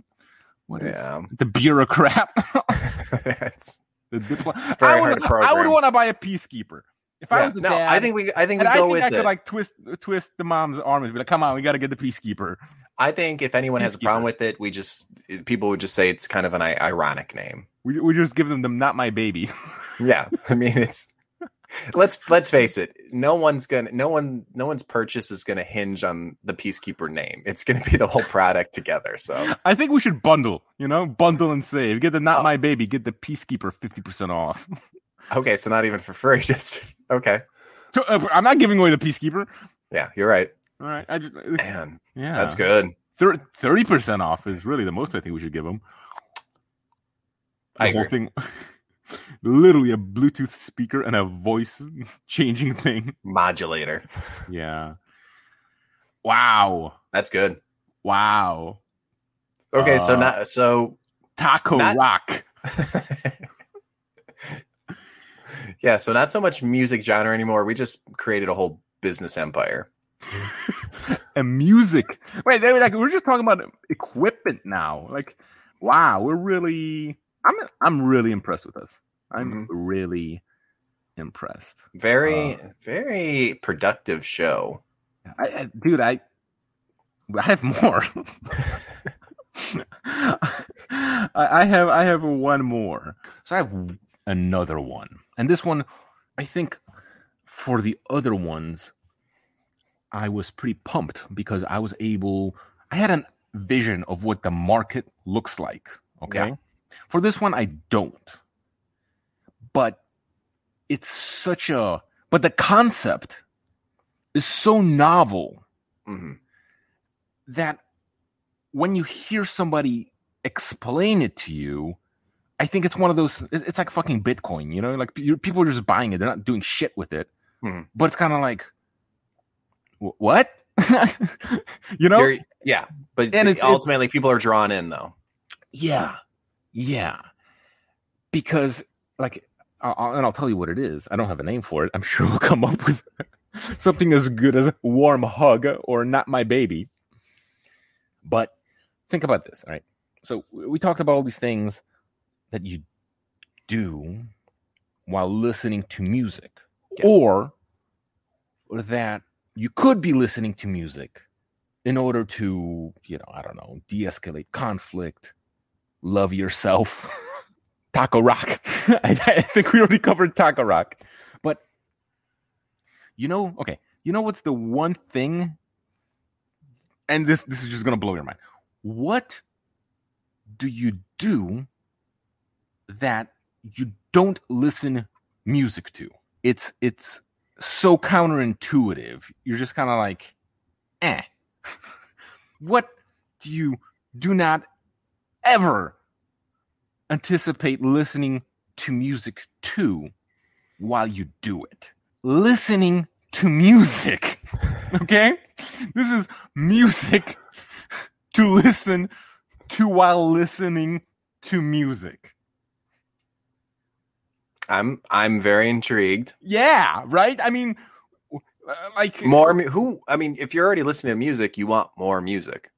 Speaker 3: What is
Speaker 4: yeah,
Speaker 3: the bureaucrat?
Speaker 4: it's,
Speaker 3: the diplo-
Speaker 4: It's very
Speaker 3: I would,
Speaker 4: hard to program.
Speaker 3: I would want to buy a peacekeeper if I
Speaker 4: yeah.
Speaker 3: was the
Speaker 4: no.
Speaker 3: dad.
Speaker 4: I think we. I think
Speaker 3: and I
Speaker 4: we go
Speaker 3: think
Speaker 4: with
Speaker 3: I
Speaker 4: it.
Speaker 3: could like twist twist the mom's arm and be like, "Come on, we got to get the peacekeeper."
Speaker 4: I think if anyone has a
Speaker 3: Peacekeeper.
Speaker 4: problem with it, we just people would just say it's kind of an i- ironic name.
Speaker 3: We, we just give them the not my baby.
Speaker 4: Yeah, I mean it's let's let's face it. No one's gonna no one no one's purchase is gonna hinge on the peacekeeper name. It's gonna be the whole product together. So
Speaker 3: I think we should bundle, you know, bundle and save. Get the not
Speaker 4: Oh.
Speaker 3: my baby, get the peacekeeper 50% off.
Speaker 4: okay, so not even for free. Just okay.
Speaker 3: So, uh, I'm not giving away the peacekeeper.
Speaker 4: Yeah, you're right.
Speaker 3: All right. I just, uh,
Speaker 4: Man,
Speaker 3: yeah.
Speaker 4: that's good.
Speaker 3: Thir- 30% off is really the most I think we should give them. The
Speaker 4: I
Speaker 3: whole thing literally a Bluetooth speaker and a voice changing thing.
Speaker 4: Modulator.
Speaker 3: Yeah. Wow.
Speaker 4: That's good.
Speaker 3: Wow.
Speaker 4: Okay, so
Speaker 3: Uh,
Speaker 4: not so
Speaker 3: Taco
Speaker 4: Not-
Speaker 3: rock.
Speaker 4: yeah, so not so much music genre anymore. We just created a whole business empire.
Speaker 3: and music. Wait, they were like we're just talking about equipment now. Like, wow, we're really. I'm I'm really impressed with us. I'm really impressed,
Speaker 4: Very,
Speaker 3: Uh.
Speaker 4: very productive show.
Speaker 3: I, I, dude. I I have more. I, I have I have one more. So I have another one, and this one, I think, for the other ones, I was pretty pumped because I was able. I had a vision of what the market looks like. Okay, for this one, I don't. But it's such a. But the concept is so novel
Speaker 4: Mhm.
Speaker 3: that when you hear somebody explain it to you, I think it's one of those. it- It's like fucking Bitcoin, you know. Like you- people are just buying it; they're not doing shit with it.
Speaker 4: Mhm.
Speaker 3: But it's kind of like, "Wh- what? you know?
Speaker 4: Very- yeah, but
Speaker 3: And it's-
Speaker 4: ultimately, people are drawn in though.
Speaker 3: yeah, yeah. Because like, i I'll, and I'll tell you what it is. I don't have a name for it. I'm sure we'll come up with something as good as warm hug or not my baby. But think about this, all right? So we we talked about all these things that you do while listening to music,
Speaker 4: Yeah.
Speaker 3: or that you could be listening to music in order to, you know, I don't know, de escalate conflict, love yourself. Taco Rock. I, I think we already covered Taco Rock. But you know, okay, you know what's the one thing and this this is just going to blow your mind. What do you do that you don't listen music to? It's it's so counterintuitive. You're just kind of like, eh. what do you do not ever anticipate listening to music to while you do it? Listening to music. Okay? This is music to listen to while listening to music.
Speaker 4: I'm I'm very intrigued.
Speaker 3: Yeah, right? I mean, w- uh, like
Speaker 4: More mu- who? I mean, if you're already listening to music, you want more music.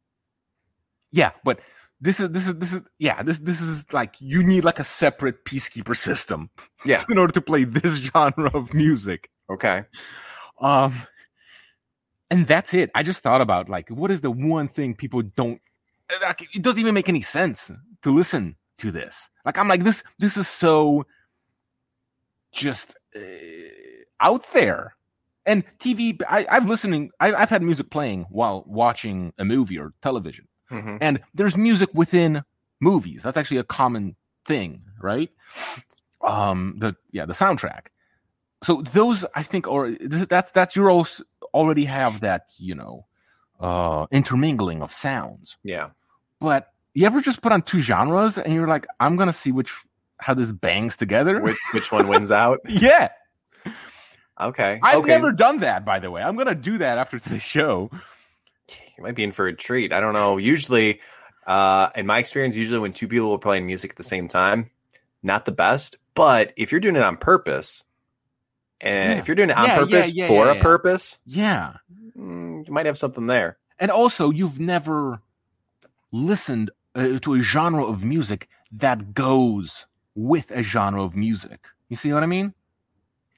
Speaker 3: Yeah, but this is this is this is yeah this this is like you need like a separate peacekeeper system.
Speaker 4: Yeah.
Speaker 3: in order to play this genre of music.
Speaker 4: Okay,
Speaker 3: Um, and that's it. I just thought about like what is the one thing people don't. eh, Like, it doesn't even make any sense to listen to this. Like I'm like this. This is so just uh, out there. And TV, I, I've listening. I, I've had music playing while watching a movie or television
Speaker 4: Mhm.
Speaker 3: and there's music within movies that's actually a common thing right um the yeah the soundtrack so those i think are that's that's you als- already have that you know uh intermingling of sounds
Speaker 4: yeah.
Speaker 3: but you ever just put on two genres and you're like i'm gonna see which how this bangs together
Speaker 4: Which which one wins out?
Speaker 3: yeah
Speaker 4: Okay,
Speaker 3: i've
Speaker 4: okay.
Speaker 3: never done that by the way i'm gonna do that after the show
Speaker 4: You might be in for a treat. I don't know. Usually, uh, in my experience, usually when two people are playing music at the same time, not the best. But if you're doing it on purpose, and
Speaker 3: Yeah.
Speaker 4: if you're doing it on
Speaker 3: Yeah, yeah,
Speaker 4: purpose
Speaker 3: yeah,
Speaker 4: for
Speaker 3: yeah,
Speaker 4: a
Speaker 3: yeah.
Speaker 4: purpose,
Speaker 3: yeah
Speaker 4: mm, you might have something there.
Speaker 3: and also you've never listened uh, to a genre of music that goes with a genre of music you see what i mean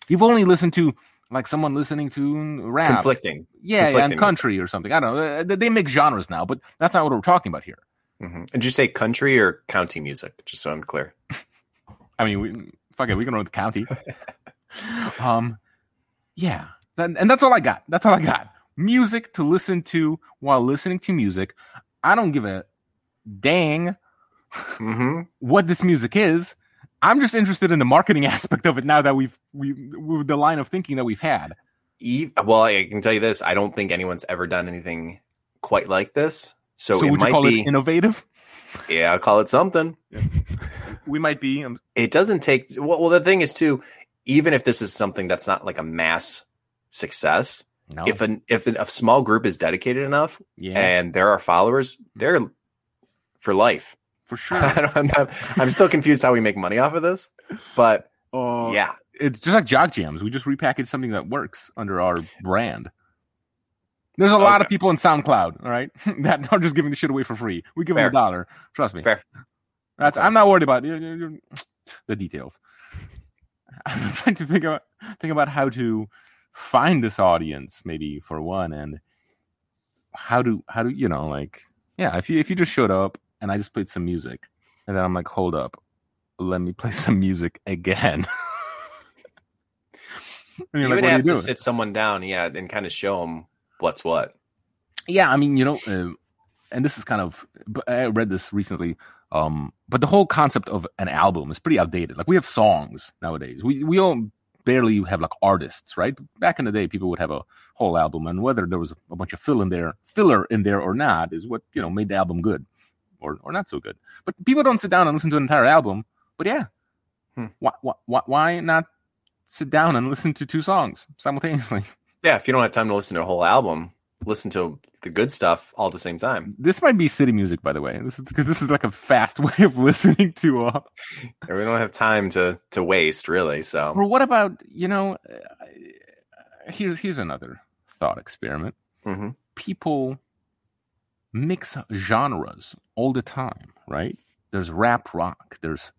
Speaker 3: you've only listened to like someone listening to rap
Speaker 4: Conflicting.
Speaker 3: yeah, yeah and
Speaker 4: conflicting.
Speaker 3: country or something i don't know Uh, they- they make genres now but that's not what we're talking about here
Speaker 4: hmm Did you say country or county music? Just so I'm clear.
Speaker 3: i mean we, fuck it we can run with county um, yeah, That- and that's all I got. That's all I got. Music to listen to while listening to music. I don't give a dang
Speaker 4: Mm-hmm.
Speaker 3: what this music is. I'm just interested in the marketing aspect of it now that we've we with the line of thinking that we've had.
Speaker 4: E- well, I can tell you this: I don't think anyone's ever done anything quite like this. So,
Speaker 3: So,
Speaker 4: it
Speaker 3: would you
Speaker 4: might
Speaker 3: call
Speaker 4: be,
Speaker 3: it innovative?
Speaker 4: yeah, I'll call it something.
Speaker 3: We might be. Um,
Speaker 4: It doesn't take. Well, well, the thing is, too, even if this is something that's not like a mass success,
Speaker 3: no.
Speaker 4: if an if a small group is dedicated enough
Speaker 3: Oh. yeah,
Speaker 4: and there are followers, they're for life.
Speaker 3: for sure.
Speaker 4: I don't, I'm, not, I'm still confused how we make money off of this, but
Speaker 3: Uh,
Speaker 4: yeah,
Speaker 3: it's just like jog jams. We just repackaged something that works under our brand. There's a lot of people on SoundCloud, all right, that are just giving the shit away for free. We give
Speaker 4: Fair.
Speaker 3: them a dollar. Trust me.
Speaker 4: Fair.
Speaker 3: That's, I'm not worried about you- you- you- the details. I'm trying to think about think about how to find this audience, maybe for one, and how to how to you know like yeah, if you if you just showed up and I just played some music, and then I'm like, hold up, let me play some music again. and you're
Speaker 4: you
Speaker 3: like,
Speaker 4: would
Speaker 3: what are you
Speaker 4: have to
Speaker 3: doing?
Speaker 4: sit someone down, yeah, and kind of show them what's what.
Speaker 3: yeah, I mean, you know, uh, and this is kind of, but I read this recently. Um, but the whole concept of an album is pretty outdated. Like we have songs nowadays. We we don't barely have like artists, right? Back in the day, people would have a whole album, and whether there was a bunch of fill in there, filler in there or not, is what you know made the album good, or or not so good. But people don't sit down and listen to an entire album. But yeah,
Speaker 4: Hmm.
Speaker 3: why, why why why not sit down and listen to two songs simultaneously?
Speaker 4: Yeah, if you don't have time to listen to a whole album, listen to the good stuff all at the same time.
Speaker 3: This might be city music, by the way. This is because this is like a fast way of listening to. Uh,
Speaker 4: And We don't have time to to waste, really.
Speaker 3: or
Speaker 4: So,
Speaker 3: what about you know? Uh, here's here's another thought experiment.
Speaker 4: hmm
Speaker 3: People mix genres all the time, right? There's rap rock. There's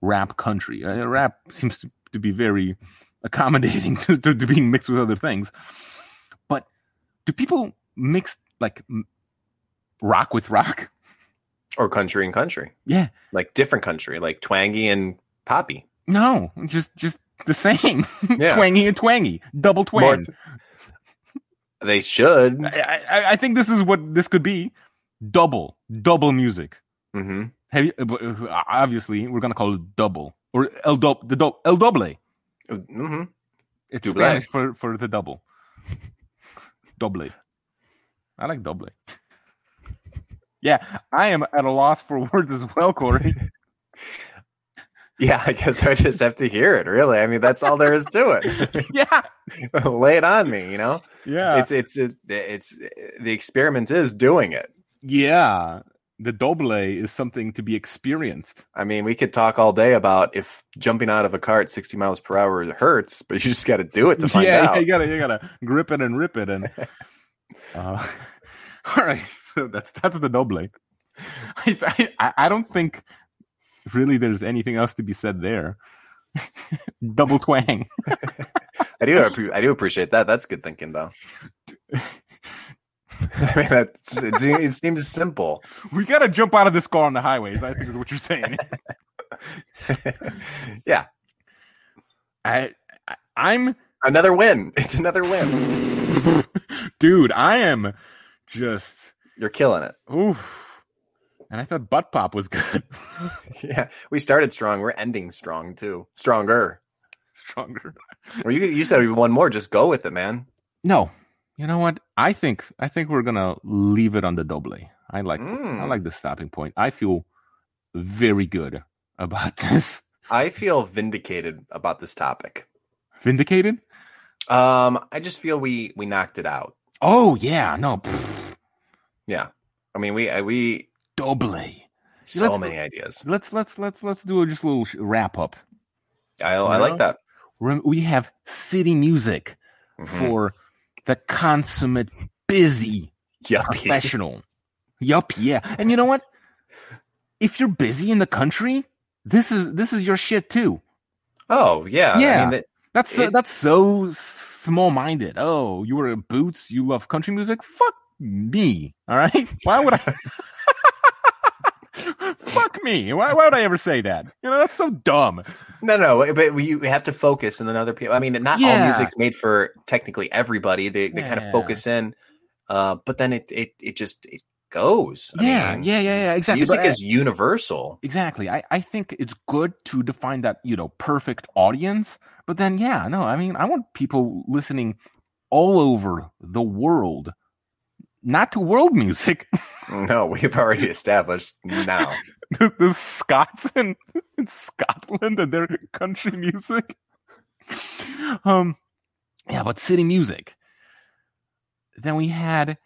Speaker 3: rap country. Uh, rap seems to, to be very accommodating to, to, to being mixed with other things. But do people mix like m- rock with rock?
Speaker 4: or country and country,
Speaker 3: Yeah.
Speaker 4: like different country, like twangy and poppy.
Speaker 3: No, just just the same.
Speaker 4: Yeah.
Speaker 3: twangy and twangy, double
Speaker 4: More-
Speaker 3: twang.
Speaker 4: They should.
Speaker 3: I, I, I think this is what this could be. Double, double music.
Speaker 4: hmm
Speaker 3: Have you, uh, obviously, we're gonna call it double or el doble. The do, el doble.
Speaker 4: hmm
Speaker 3: It's
Speaker 4: Double.
Speaker 3: Spanish for for the double. doble. I like doble. Yeah, I am at a loss for words as well, Corey.
Speaker 4: Yeah, I guess I just have to hear it. Really, I mean, that's all there is to it.
Speaker 3: yeah,
Speaker 4: Lay it on me, you know.
Speaker 3: yeah.
Speaker 4: it's it's it, it's the experiment is doing it.
Speaker 3: Yeah, the doble is something to be experienced.
Speaker 4: I mean, we could talk all day about if jumping out of a car at 60 miles per hour hurts, but you just got to do it to find
Speaker 3: yeah,
Speaker 4: out.
Speaker 3: you gotta you gotta grip it and rip it and. Uh, all right, so that's that's the doble. I, I I don't think really there's anything else to be said there. Double twang.
Speaker 4: I do appre- I do appreciate that. That's good thinking, though. I mean, that's, it, se- it seems simple.
Speaker 3: We gotta jump out of this car on the highways. I think is what you're saying.
Speaker 4: yeah,
Speaker 3: I, I I'm
Speaker 4: another win. It's another win.
Speaker 3: dude. I am just
Speaker 4: You're killing it.
Speaker 3: oof. And I thought butt pop was good.
Speaker 4: Yeah, we started strong. We're ending strong too. Stronger.
Speaker 3: Stronger.
Speaker 4: Well, you you said one more. Just go with it, man.
Speaker 3: No. You know what? I think I think we're gonna leave it on the doble. I like I
Speaker 4: Mm.
Speaker 3: like the stopping point. I feel very good about this.
Speaker 4: I feel vindicated about this topic.
Speaker 3: Vindicated?
Speaker 4: Um, I just feel we we knocked it out.
Speaker 3: Oh yeah, no. pfft,
Speaker 4: Yeah, I mean we I- we
Speaker 3: doble.
Speaker 4: so
Speaker 3: Let's-
Speaker 4: many ideas.
Speaker 3: Let's let's let's let's do a just a little sh- wrap up.
Speaker 4: I I
Speaker 3: You know?
Speaker 4: like that.
Speaker 3: Rem- We have city music
Speaker 4: Mhm.
Speaker 3: for the consummate busy
Speaker 4: Yuppie.
Speaker 3: professional. yup, yeah. And you know what? If you're busy in the country, this is this is your shit too.
Speaker 4: Oh yeah, I
Speaker 3: Yeah.
Speaker 4: mean, that,
Speaker 3: That's so
Speaker 4: It-
Speaker 3: that's so small-minded. Oh, you were a boots. You love country music. Fuck me. All right. Why would I? Fuck me. Why, why would I ever say that? You know, that's so dumb.
Speaker 4: No, no, but we you have to focus, and then other people. I mean, not all
Speaker 3: Yeah.
Speaker 4: music's made for technically everybody. They they kind
Speaker 3: Yeah.
Speaker 4: of focus in, uh, but then it it it just it goes. I
Speaker 3: yeah,
Speaker 4: mean,
Speaker 3: yeah, yeah, yeah. Exactly.
Speaker 4: Music
Speaker 3: But I-
Speaker 4: is universal.
Speaker 3: exactly. I, I think it's good to define that, you know, perfect audience. But then, yeah, no, I mean, I want people listening all over the world, not to world music.
Speaker 4: No, we've already established now.
Speaker 3: the, the Scots in, in Scotland and their country music. Um, yeah, but city music. Then we had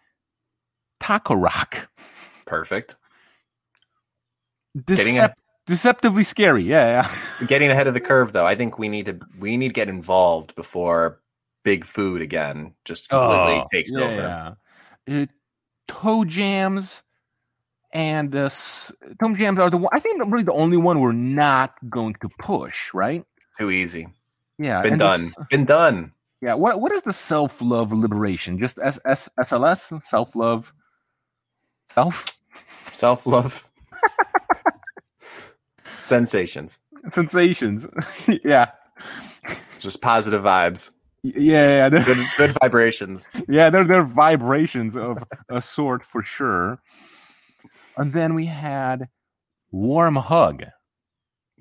Speaker 3: taco rock,
Speaker 4: Perfect.
Speaker 3: Decep-
Speaker 4: Getting a-
Speaker 3: deceptively scary. Yeah,
Speaker 4: Getting ahead of the curve, though. I think we need to we need to get involved before big food again just
Speaker 3: yeah.
Speaker 4: completely takes
Speaker 3: Oh, yeah,
Speaker 4: over.
Speaker 3: yeah. Uh, toe jams and uh, s- toe jams are the one, I think really the only one we're not going to push, right?
Speaker 4: Too easy.
Speaker 3: Yeah,
Speaker 4: Been
Speaker 3: and the
Speaker 4: done.
Speaker 3: s-
Speaker 4: Been done.
Speaker 3: Yeah, what what is the self love liberation? Just S S S L S self love, self
Speaker 4: Self love. Sensations.
Speaker 3: sensations. yeah,
Speaker 4: Just positive vibes.
Speaker 3: Y- yeah, yeah,
Speaker 4: Good
Speaker 3: they're,
Speaker 4: good vibrations.
Speaker 3: yeah. They're they're vibrations of a sort for sure. And then we had warm hug.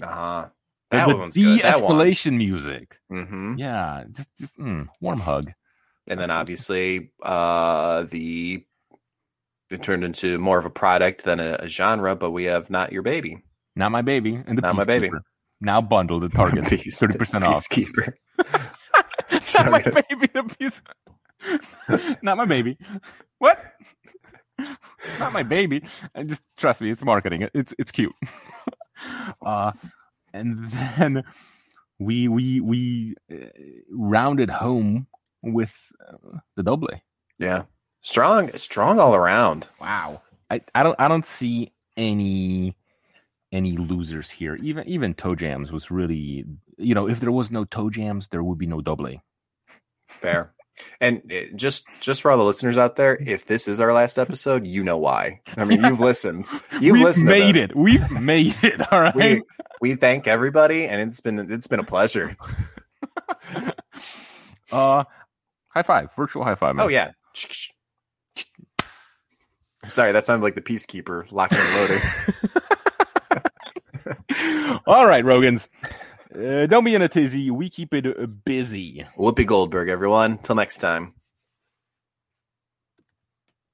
Speaker 4: Uh-huh.
Speaker 3: The-
Speaker 4: That
Speaker 3: the
Speaker 4: one's good. That one.
Speaker 3: de-escalation music.
Speaker 4: hmm
Speaker 3: Yeah, just just mm, warm hug.
Speaker 4: And then obviously uh the it turned into more of a product than a, a genre, but we have not your baby.
Speaker 3: Not my baby and the
Speaker 4: Not my baby.
Speaker 3: Peacekeeper. Now bundled at Target,
Speaker 4: Peace-
Speaker 3: thirty percent off.
Speaker 4: Peacekeeper.
Speaker 3: not my
Speaker 4: Sorry.
Speaker 3: baby. The piece. not my baby. What? not my baby. And just trust me, it's marketing. It's it's cute. uh, and then we we we uh, rounded home with uh, the double.
Speaker 4: Yeah. Strong strong all around.
Speaker 3: Wow. I, I don't I don't see any any losers here. Even even toe jams was really you know if there was no toe jams there would be no double.
Speaker 4: Fair. And uh, just just for all the listeners out there, if this is our last episode, you know why. I mean, you've listened. You
Speaker 3: We've
Speaker 4: listened.
Speaker 3: made
Speaker 4: to this.
Speaker 3: it. We've made it. All right.
Speaker 4: We we thank everybody, and it's been it's been a pleasure.
Speaker 3: Uh, high five, virtual high five. Man.
Speaker 4: Oh yeah. Sorry, that sounded like the peacekeeper locking and loading.
Speaker 3: yeah. All right, Rogans. Uh, don't be in a tizzy. We keep it uh, busy.
Speaker 4: Whoopi Goldberg, everyone. Till next time.